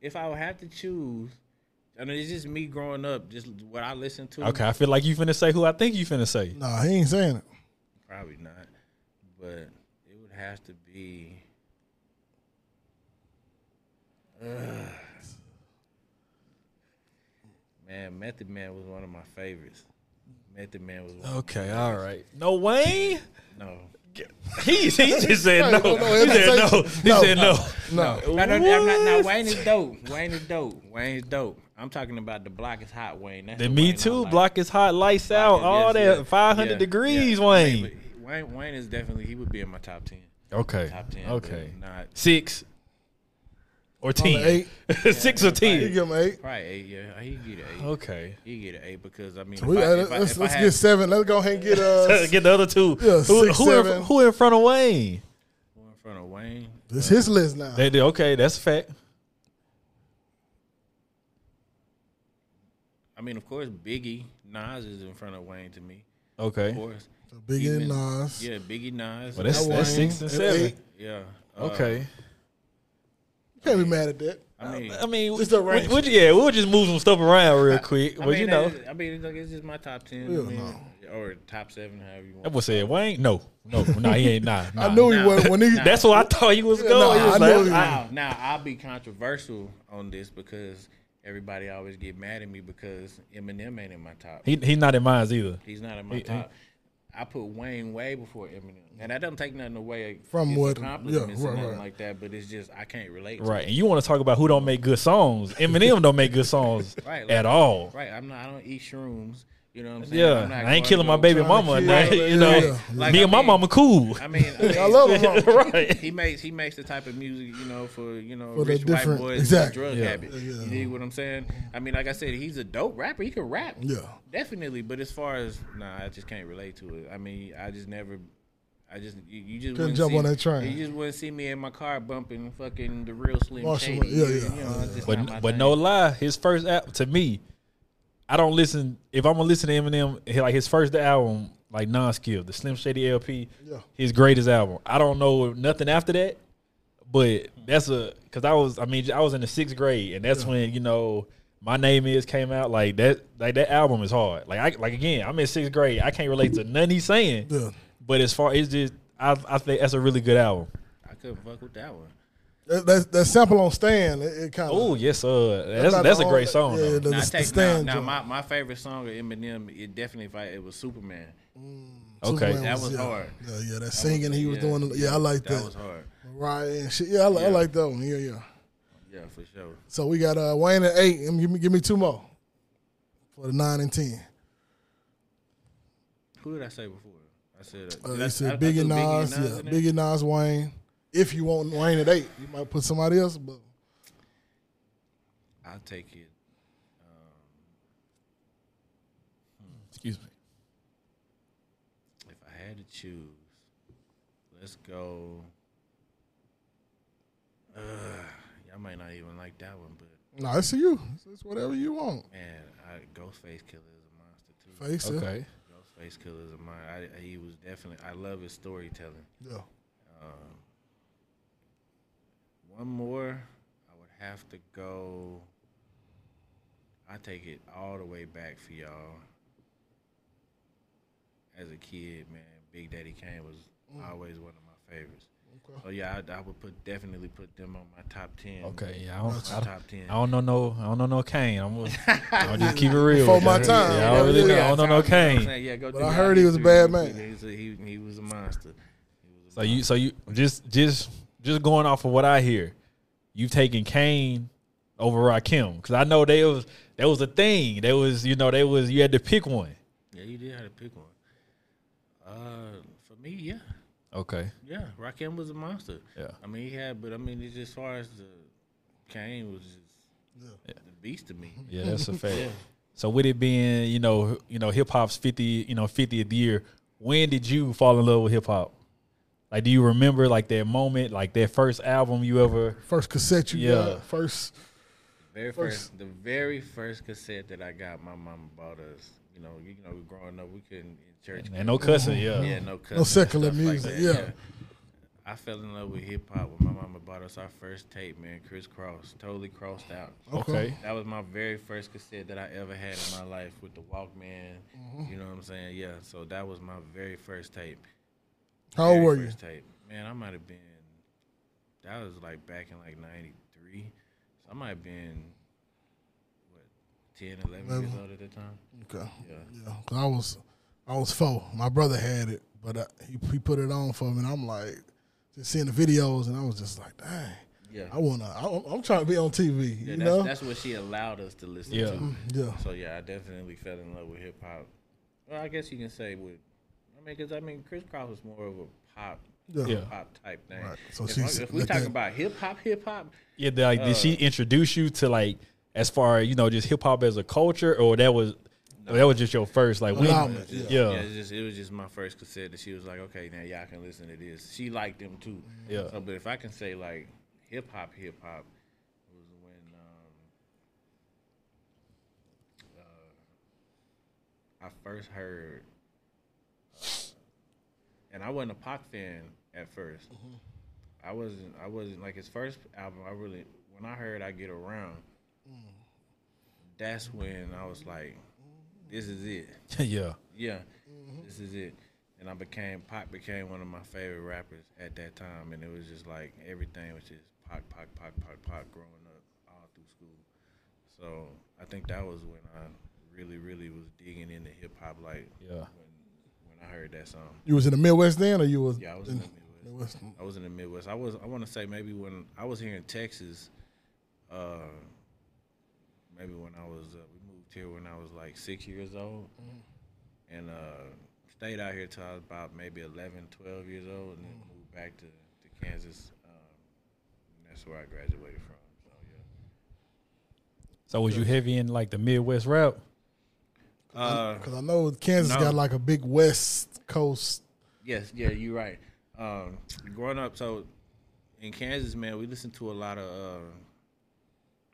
if I would have to choose, I mean, it's just me growing up, just what I listen to. Okay, I feel like you finna say who I think you finna say. Nah, he ain't saying it. I, probably not. But it would have to be. Ugh. man, Method Man was one of my favorites. Method Man was one. Okay, all right. No Wayne. No. He he just said no. no, no, He said no. no. He said no. No. No, no, no, I'm not, no, What? Wayne is dope. Wayne is dope. Wayne is dope. I'm talking about the block is hot, Wayne. That's The the Me Wayne I Too like. block is hot, lights out, all Yes, that yeah, 500 yeah, degrees, yeah. Wayne. But Wayne. Wayne is definitely he would be in my top ten. Okay. Top ten. but Okay. Not Six or ten. eight. Six or You ten. give him eight. probably eight. Yeah, he get an eight. Okay. uh, He get an eight because I mean, We, if I, if I, let's if let's I get had, seven. Let's go ahead and get uh. Get the other two. Yeah, who, six, who, in, seven. who in front of Wayne? in front of Wayne. it's his list now. They did. Okay, that's a fact. I mean, of course, Biggie Nas is in front of Wayne to me. Okay. Of course, Biggie and Even- Nas. yeah, Biggie Nas. Well, that's, That that's Wayne, six and that's seven. eight. yeah. uh, Okay. You can't be mad at that. I mean, I mean, It's the we- range. we- yeah, we'll just move some stuff around real quick. I well, mean, you know, that is- I mean, it's, like, it's just my top ten. I Hell mean, no. or top seven, however you that want. boy said Wayne. No, no, no, he ain't. Nah, nah. I knew he nah. was when he. That's what I thought he was going. nah, He was I knew like, "Ah." he I- was. Now, now I'll be controversial on this because everybody always get mad at me because Eminem ain't in my top. He he's not in mine either. He's not in my top. I put Wayne way before Eminem, and that doesn't take nothing away From his what- accomplishments yeah, right, and nothing right. like that. But it's just I can't relate. to Right. And you want to talk about who don't make good songs. Eminem don't make good songs Right, like- at all. it. Right, I'm not. I don't eat shrooms. You know what I'm saying? Yeah. I'm not I ain't gonna killing my go- baby trying to mama. kill nah, her, you know, yeah. Like, me and I my mean- mama cool. I mean, I, mean, I love him. Mama. right. He makes he makes the type of music you know for you know For the rich white different- boys exactly. with drug Yeah. habit. Yeah. You dig what I'm saying? I mean, like I said, he's a dope rapper. He can rap. Yeah. definitely. But as far as nah, I just can't relate to it. I mean, I just never. I just you, you just wouldn't jump see, on that train. You just wouldn't see me in my car bumping fucking the real Slim Marshall, Shady. yeah, You yeah. know, it's just not my But but thing. no lie, his first album to me, I don't listen. If I'm gonna listen to Eminem, he- like his first album, like Non Skill, the Slim Shady LP, Yeah. his greatest album. I don't know nothing after that, but that's a because I was I mean I was in the sixth grade, and that's when you know my name is came out like that like that album is hard. Like I like again, I'm in sixth grade. I can't relate to nothing he's saying. Yeah. But as far as just I I think that's a really good album. I couldn't fuck with that one. That, that, that sample on Stan, it, it kind of. Oh yes, uh, that's that's a great song. Yeah, though. the, Now, I the take, now, Stan. now joint. my, my favorite song of Eminem, it definitely if I, it was Superman. Okay. Superman That was yeah. hard. Yeah, yeah, that singing he was doing. Yeah, I like That that. was hard. Right and shit. Yeah, I, li- I like that one. Yeah, yeah. Yeah, for sure. So we got uh, Wayne at eight. And give me, give me two more for the nine and ten. Who did I say before? I said. Uh, did you I- I- I said threw Biggie Nas, yeah, in there? Biggie Nas, Wayne. If you want Wayne at eight, you might put somebody else. But I'll take it. Excuse me. If I had to choose, let's go. Ugh, y'all might not even like that one, but no, it's you. It's, it's whatever you want. man, I, Ghostface Killer is a monster too. Face it. Okay. Ghostface Killer is a monster. I, he was definitely. I love his storytelling. Yeah. One more, I would have to go. I take it all the way back for y'all. As a kid, man, Big Daddy Kane was Mm. always one of my favorites. So yeah, I, I would put definitely put them on my top ten. Okay, yeah, I don't, my I, don't, top ten. I don't know no, I don't know no Kane. I'm, gonna- I'll just keep it real. Before my Yeah, time. yeah, I don't really Yeah, know. I don't know no Kane. Yeah, go But do I your heard he was a history. bad man. He's a- He, he was a monster. So you, so you just, just, just going off of what I hear, you've taken Kane over Rakim because I know they was that was a thing. That was you know they was you had to pick one. Yeah, you did have to pick one. Uh, for me, yeah. Okay, Yeah, Rakim was a monster. Yeah. I mean, he had, but I mean, it's just as far as the Kane was just the beast to me. yeah, that's a fact. So with it being you know you know hip hop's fifty you know fiftieth year, when did you fall in love with hip hop? Like, do you remember like that moment, like that first album you ever? First cassette you Yeah. got. First. Very First- first, the very first cassette that I got, my mama bought us. You know, you know, growing up, we couldn't in church. And no cussing, yeah. Yeah, no cussing. No secular stuff music, that, yeah. I fell in love with hip hop when my mama bought us our first tape, man. Criss Cross, totally crossed out. Oh. Okay. That was my very first cassette that I ever had Mm-hmm. in my life with the Walkman. You know what I'm saying? Yeah. So that was my very first tape. How old very were you? first tape. Man, I might have been. That was like back in like '93, so I might have been what 10, 11, years Eleven. old at that time. Okay. Yeah. 'Cause I was, I was four. My brother had it, but I, he he put it on for me, and I'm like, just seeing the videos, and I was just like, dang, Yeah, I wanna, I, I'm- I'm trying to be on TV, yeah you that's, know? Mm, that's what she allowed us to listen Yeah. to. yeah. So yeah, I definitely fell in love with hip hop. Well, I guess you can say with, I mean, because I mean, Chris Cross was more of a pop, Yeah. Yeah. pop type thing. Right. So if, she's- I- if we let talking that- about hip hop, hip hop, Yeah, the- like did she Uh. introduce you to like as far as you know, just hip hop as a culture, or that was that was just your first like when, Phenomenon, yeah. yeah. yeah, it's just, it was just my first cassette that she was like, okay, now y'all can listen to this. She liked them too. Yeah. So, but if I can say like hip hop, hip hop was when um, uh, I first heard, uh, and I wasn't a Pac fan at 1st I wasn't. I wasn't like his first album. I really when I heard I get around. That's when I was like, this is it. yeah, Yeah, this is it. And I became Pac became one of my favorite rappers at that time, and it was just like everything was just Pac, Pac, Pac, Pac, Pac growing up all through school. So I think that was when I really, really was digging into hip hop. Like Yeah. when, when I heard that song. You was in the Midwest then, or you was? Yeah, I was in the Midwest. Midwest. I was in the Midwest. I was. I want to say maybe when I was here in Texas, uh, maybe when I was uh, we moved here when I was like six years old, and uh, stayed out here till I was about maybe 11, 12 years old, and then moved back to to Kansas. Um, and that's where I graduated from. So yeah. So was you heavy in like the Midwest rap? Uh, Because I know Kansas No. got like a big West Coast. Yes, yeah, you're right. Um, growing up, so in Kansas, man, we listened to a lot of, uh,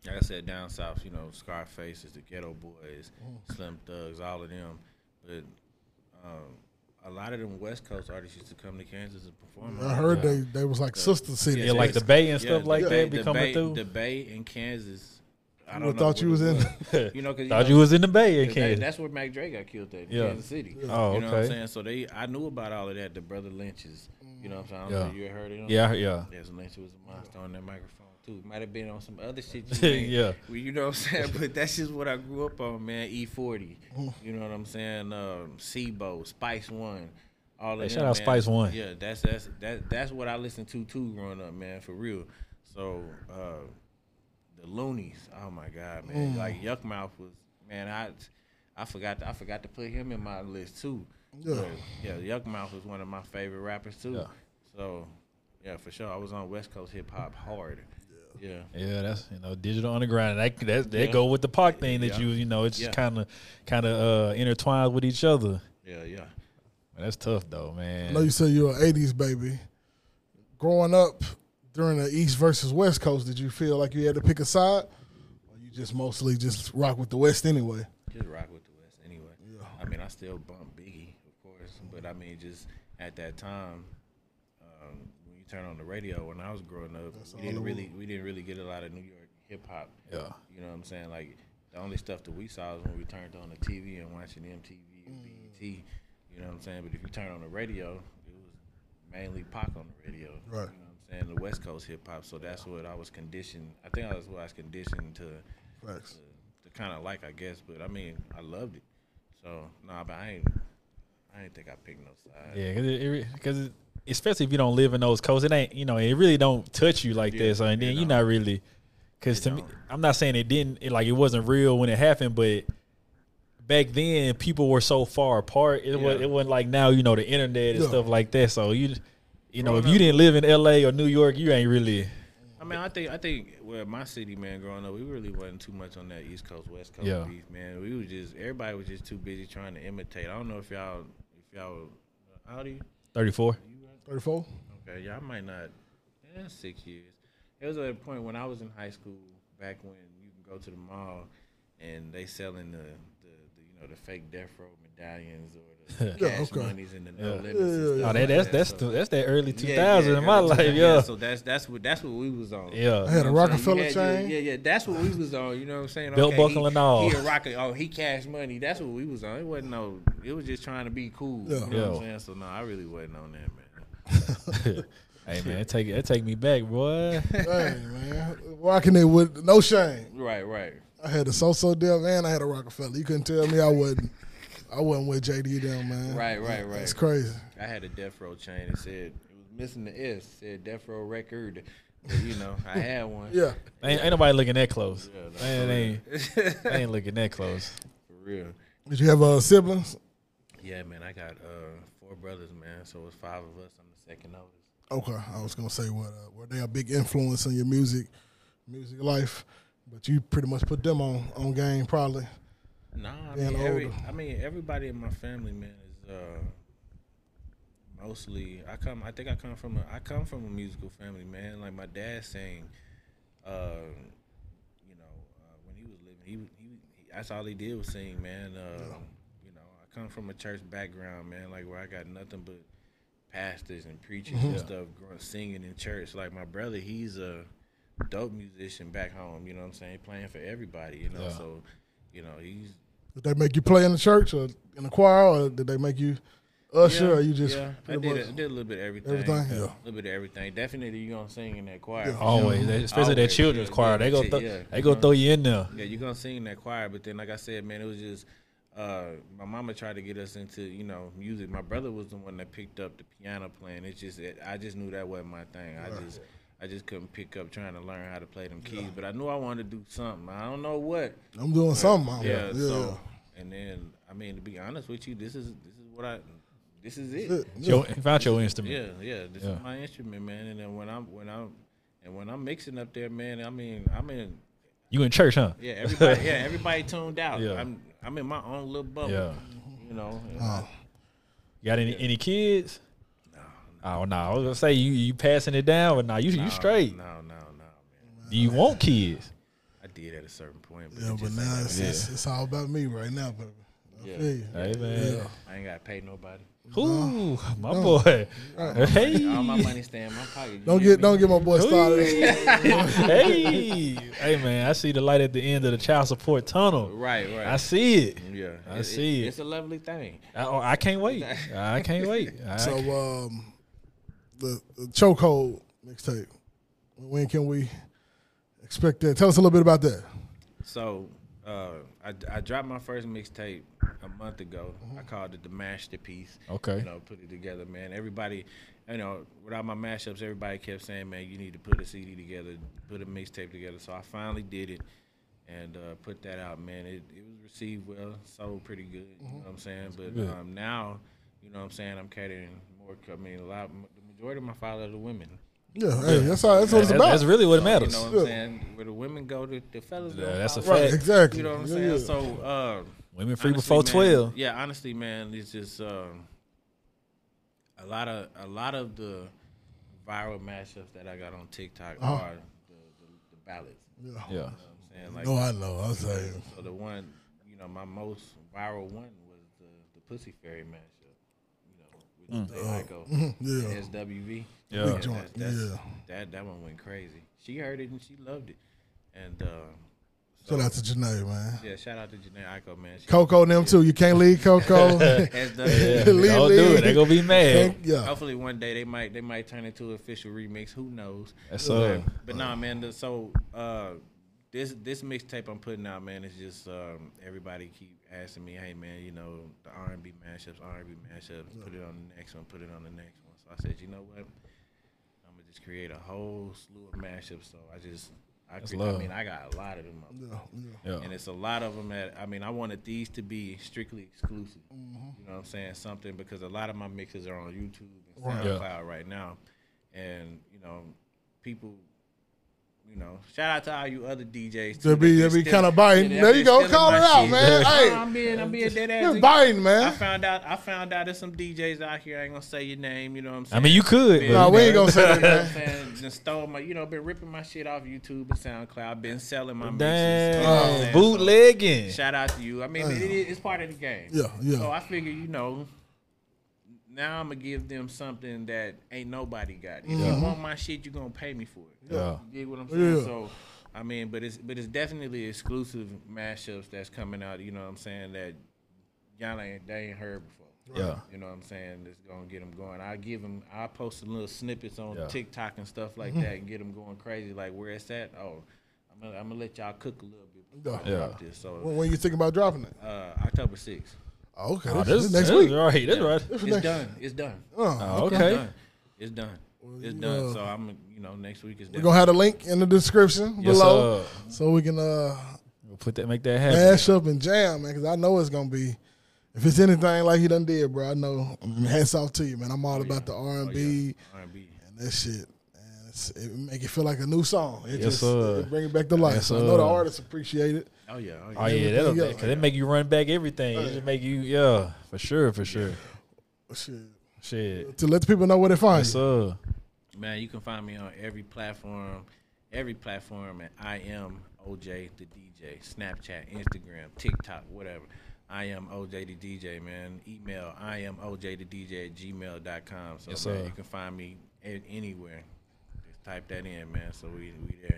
like I said, down south, you know, Scarfaces, the Ghetto Boys, Mm. Slim Thugs, all of them. But um, a lot of them West Coast artists used to come to Kansas and perform. I heard they they was like sister cities. Yeah, like the Bay and stuff like that be coming Bay, through. The Bay in Kansas. I would've thought you what it was in- you know, because Thought you was in the Bay in Cause they- Kansas. that's where Mac Dre got killed at, in Yeah. Kansas City. Oh, you know what I'm okay. saying? So they, I knew about all of that. The brother Lynch's, you know what I'm saying? I don't Yeah. know if you heard of him? yeah, yeah, Yes, Lynch was a monster on that microphone too. Might have been on some other shit. You ain't- Yeah. well, you know what I'm saying. But that's just what I grew up on, man. E40, Mm. you know what I'm saying? Um, Sibo, Spice One, all of Hey, them, shout out man. Spice One. Yeah, that's that's that that's what I listened to too growing up, man. For real. So. uh the Loonies. Oh my God, man! Like Yuck Mouth was man. I I forgot to, I forgot to put him in my list too. Yeah. But, yeah. Yuck Mouth was one of my favorite rappers too. Yeah. So yeah, for sure, I was on West Coast hip hop hard. Yeah. yeah. That's you know digital underground. That that, that Yeah. go with the Pac thing that Yeah. you you know it's Yeah. kind of kind of uh, intertwined with each other. yeah, yeah, Man, that's tough though, I man. know you say you're an '80s baby. Growing up during the East versus West Coast, did you feel like you had to pick a side, or you just mostly just rock with the West anyway? Just rock with the West anyway. I mean, I still bump Biggie, of course, but I mean, just at that time. um, when you Turn on the radio. When I was growing up, we didn't really we didn't really get a lot of New York hip hop. yeah, You know what I'm saying? Like the only stuff that we saw is when we turned on the TV and watching MTV and BET. You know what I'm saying? But if you turn on the radio, it was mainly Pac on the radio. Right. You know what I'm saying? The West Coast hip hop. So that's what I was conditioned. I think that's what I was conditioned to Facts. to, to kind of like, I guess. But I mean, I loved it. So nah, but I ain't. I ain't think I picked no side. yeah, because it, it, 'cause it- especially if you don't live in those coasts, it ain't you know it really don't touch you like Yeah, that. So and then it you're don't. not really because to me, I'm not saying it didn't it, like it wasn't real when it happened, but back then people were so far apart. It was Yeah. it wasn't like now you know the internet and Yeah. stuff like that. So you you know if Growing you up- didn't live in L.A. or New York, you ain't really I mean, I think I think where my city, man, growing up, we really wasn't too much on that East Coast West Coast Yeah. beef, man. We was just everybody was just too busy trying to imitate. I don't know if y'all if y'all how old are you? 34. Thirty-four. Okay, y'all might not. Yeah, six years. It was at a point when I was in high school back when you can go to the mall and they selling the, the, the you know the fake death row medallions or the Yeah, cash okay. monies and the no Yeah. limits. and stuff Oh, that, like that's that, that's so- the, that's that early 2000s Yeah, yeah, in my yeah, life. yeah. Yeah, So that's that's what that's what we was on. yeah. I had a You know what I'm saying? Rockefeller You had your- chain. Yeah, yeah, that's what we was on. You know what I'm saying? Belt he- buckle and all. He a rocket. Oh, he cash money. That's what we was on. It wasn't no. It was just trying to be cool. Yeah. You know what I'm Yeah. saying? So no, I really wasn't on that, man. hey man, take it take me back, boy. hey man, rocking it with no shame. Right, right. I had a so-so deal, and I had a Rockefeller. You couldn't tell me I wasn't. I wasn't with JD them man. Right, right, right. That's crazy. I had a death row chain. It said it was missing the S. Said death row record. But, you know, I had one. Yeah. Ain't, ain't nobody looking that close. no, man, they ain't, they ain't looking that close. For real. Did you have uh, siblings? Yeah, man. I got uh, four brothers, man. So it's five of us. I'm the second oldest. Okay, I was gonna say what uh, were they a big influence on your music, music life? But you pretty much put them on on game probably. Nah, I Being mean, every, older. I mean everybody in my family, man, is uh, mostly. I come. I think I come from. A, I come from a musical family, man. Like my dad sang. Uh, you know, uh, when he was living, he, was- he, he that's all he did was sing, man. Uh, You know, I come from a church background, man. Like where I got nothing but pastors and preachers and Mm-hmm. stuff, growing, singing in church. Like my brother, he's a dope musician back home. You know what I'm saying? Playing for everybody. You know, so you know he's Did they make you play in the church or in the choir, or did they make you usher, or Oh, you just yeah. I pretty did, much- a, I did a little bit of everything. Everything? A Yeah. little bit of everything. Definitely, you gonna sing in that choir. Yeah. Always, they- especially that Always, children's yeah, choir. yeah, They go, yeah, th- yeah. they go throw you in Oh. there. Yeah, you gonna sing in that choir. But then, like I said, man, it was just uh, my mama tried to get us into you know music. My brother was the one that picked up the piano playing. It's just it, I just knew that wasn't my thing. I just I just couldn't pick up trying to learn how to play them keys. But I knew I wanted to do something. I don't know what. I'm doing something. I'm- Yeah. yeah, So and then I mean to be honest with you, this is this is what I this is it. Yo, found your instrument. Yeah, yeah. This Mm-hmm. Yeah. is my instrument, man. And then when I'm when I'm and when I'm mixing up there, man, I mean I'm in You in church, huh? yeah, everybody yeah, everybody tuned out. Yeah. I'm I'm in my own little bubble. Yeah. You know. and You got any any kids? Oh no, I was gonna say you you passing it down, but nah, you you I- straight. No, no, no, man. Do you want kids? I did at a certain point, but, Yeah, it but just now ain't it's, it's, it's all about me right now, baby. I Yeah. feel you. Hey man, Yeah. I ain't gotta pay nobody. ooh, my boy. All my Hey, money stay in my pocket. You Don't hear get me? don't get my boy started. hey, hey man, I see the light at the end of the child support tunnel. Right, right. I see it. yeah, I see it. It's a lovely thing. I, oh, I can't wait. I can't wait. I, so um, the, the chokehold mixtape. When can we expect that? Tell us a little bit about that. So uh, I, I dropped my first mixtape a month ago. I called it the masterpiece. Okay. You know, put it together, man. Everybody, you know, without my mashups, everybody kept saying, man, you need to put a CD together, put a mixtape together. So I finally did it and uh, put that out, man. It, it was received well, sold pretty good. You know what I'm saying? But um, now, you know what I'm saying, I'm catering more, I mean, a lot, the majority of my followers are women. Yeah, hey, that's all, that's what it's that- about. that's really what it You matters. know what I'm saying? Where the women go, the, the fellas Yeah, go. that's a follow. fact. Exactly. You know what I'm Yeah, saying? yeah. So, uh, Women free before honestly, man, 12. Yeah, honestly, man, it's just um, a lot of a lot of the viral mashups that I got on TikTok Uh-huh. are the, the, the ballads. You know Yeah. what I'm saying? Like, No, I know. I was like, so the one, you know, my most viral one was the, the Pussy Fairy mashup. You know, with the Play Go, Mm. Oh. Mm-hmm. yeah. SWV. Yeah. Big joint, that's- yeah. That that one went crazy. She heard it and she loved it, and. Uh, shout out to Janae, man. yeah, shout out to Janae Iko, man. She, Coco and them too. You can't leave Coco. has done it. They gonna do it. They gonna be mad. Thank- yeah. Hopefully one day they might they might turn into an official remix. Who knows? That's uh, But nah, man. the- So uh, this this mixtape I'm putting out, man, is just um, everybody keep asking me, hey man, you know the R&B mashups, R&B mashups. Put it on the next one. Put it on the next one. So I said, you know what? I'm gonna just create a whole slew of mashups. So I just I, cre- I love. mean I got a lot of them. Up. Yeah, yeah. yeah. And it's a lot of them that I mean, I wanted these to be strictly exclusive. Mm-hmm. You know what I'm saying? Something because a lot of my mixes are on YouTube and Right. Yeah. SoundCloud right now, and you know, people. You know, shout out to all you other DJs. too, They be- that they be still- kinda biting. that There they you go. still in Call my it out, shit. man. Nah, Hey. I'm being, I'm being dead They're ass. biting, man. I found out. I found out there's some DJs out here. I ain't gonna say your name. You know what I'm I saying? mean, you could. but, No, Nah, you we know, ain't gonna say that, You know what man. I'm saying? Just stole my, you know, been ripping my shit off YouTube and SoundCloud. Been selling my mixes. You know what I'm Dang, saying? So- Oh, bootlegging. Shout out to you. I mean, it, it- it's part of the game. Yeah, yeah. So I figure, you know, now I'm gonna give them something that ain't nobody got. If you want my shit, you're gonna pay me for it. Yeah. You get what I'm saying? Yeah. So, I mean, but it's but it's definitely exclusive mashups that's coming out. You know what I'm saying? That y'all ain't they ain't heard before. Yeah. You know what I'm saying? It's gonna get them going. I give them. I post some little snippets on Yeah. TikTok and stuff Mm-hmm. like that, and get them going crazy. Like where it's at. Oh, I'm gonna, I'm gonna let y'all cook a little bit before Yeah. I drop this. So When, when you think about dropping it? uh, October 6th. Oh, okay, Oh, this, this, this next this week. Is right. This right. It's done. It's done. Oh, It's okay. done. It's done. It's done. So I'm, you know, next week is We're done. gonna have the link in the description Yes, below, sir. so we can uh We'll put that. Make that happen. mash up and jam, man. Because I know it's gonna be. If it's anything like he done did, bro, I know. Hats off to you, man. I'm all about the R and B R&B. and that shit. And it's, it make it feel like a new song. It Yes, just sir. it bring it back to life. Yes, so I know the sir. artists appreciate it. Oh yeah. Oh, yeah. Oh yeah, that'll Everything else. cause it make you run back everything. It just make you yeah, for sure, for sure. Shit. Shit. To let the people know where they find Yes, you. sir. Man, you can find me on every platform, every platform, and I am OJ the DJ. Snapchat, Instagram, TikTok, whatever. I am OJ the DJ, man. Email, I am OJ the DJ at gmail.com. So, Yes, man, sir. you can find me a- anywhere. Just type that in, man. So, we, we there.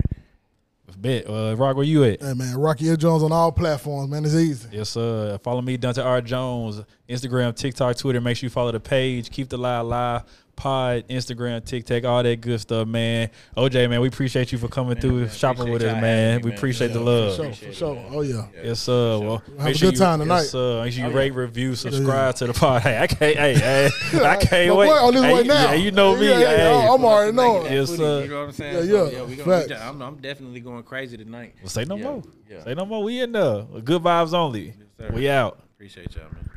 Bet. Uh, Rock, where you at? Hey man, Rocky Hill Jones on all platforms, man. It's easy. Yes, sir. Follow me, Dante R. Jones, Instagram, TikTok, Twitter. Make sure you follow the page. Keep the lie live. Pod, Instagram, TikTok, all that good stuff, man. OJ, man, we appreciate you for coming through, man, shopping with us, appreciate y'all man. having me, We man. appreciate the Yeah, love. For sure, for Appreciate it, sure. man. Oh yeah. Yes, sir. Well, Have a make sure good you- time tonight. Yes, sir. Make Oh, sure you rate, review, subscribe to the pod. Hey, I can't. Hey, hey, I can't My wait. boy on his hey, way now. Yeah, you know me. Yeah, yeah, hey. I'm already knowing. Yes, sir. You know what I'm saying? Yeah, So, yeah. we gonna, we Facts. de- I'm, I'm definitely going crazy tonight. Well, say no Yeah, more. yeah. Say no more. We in there. Good vibes only. sir. we out. Appreciate y'all, man.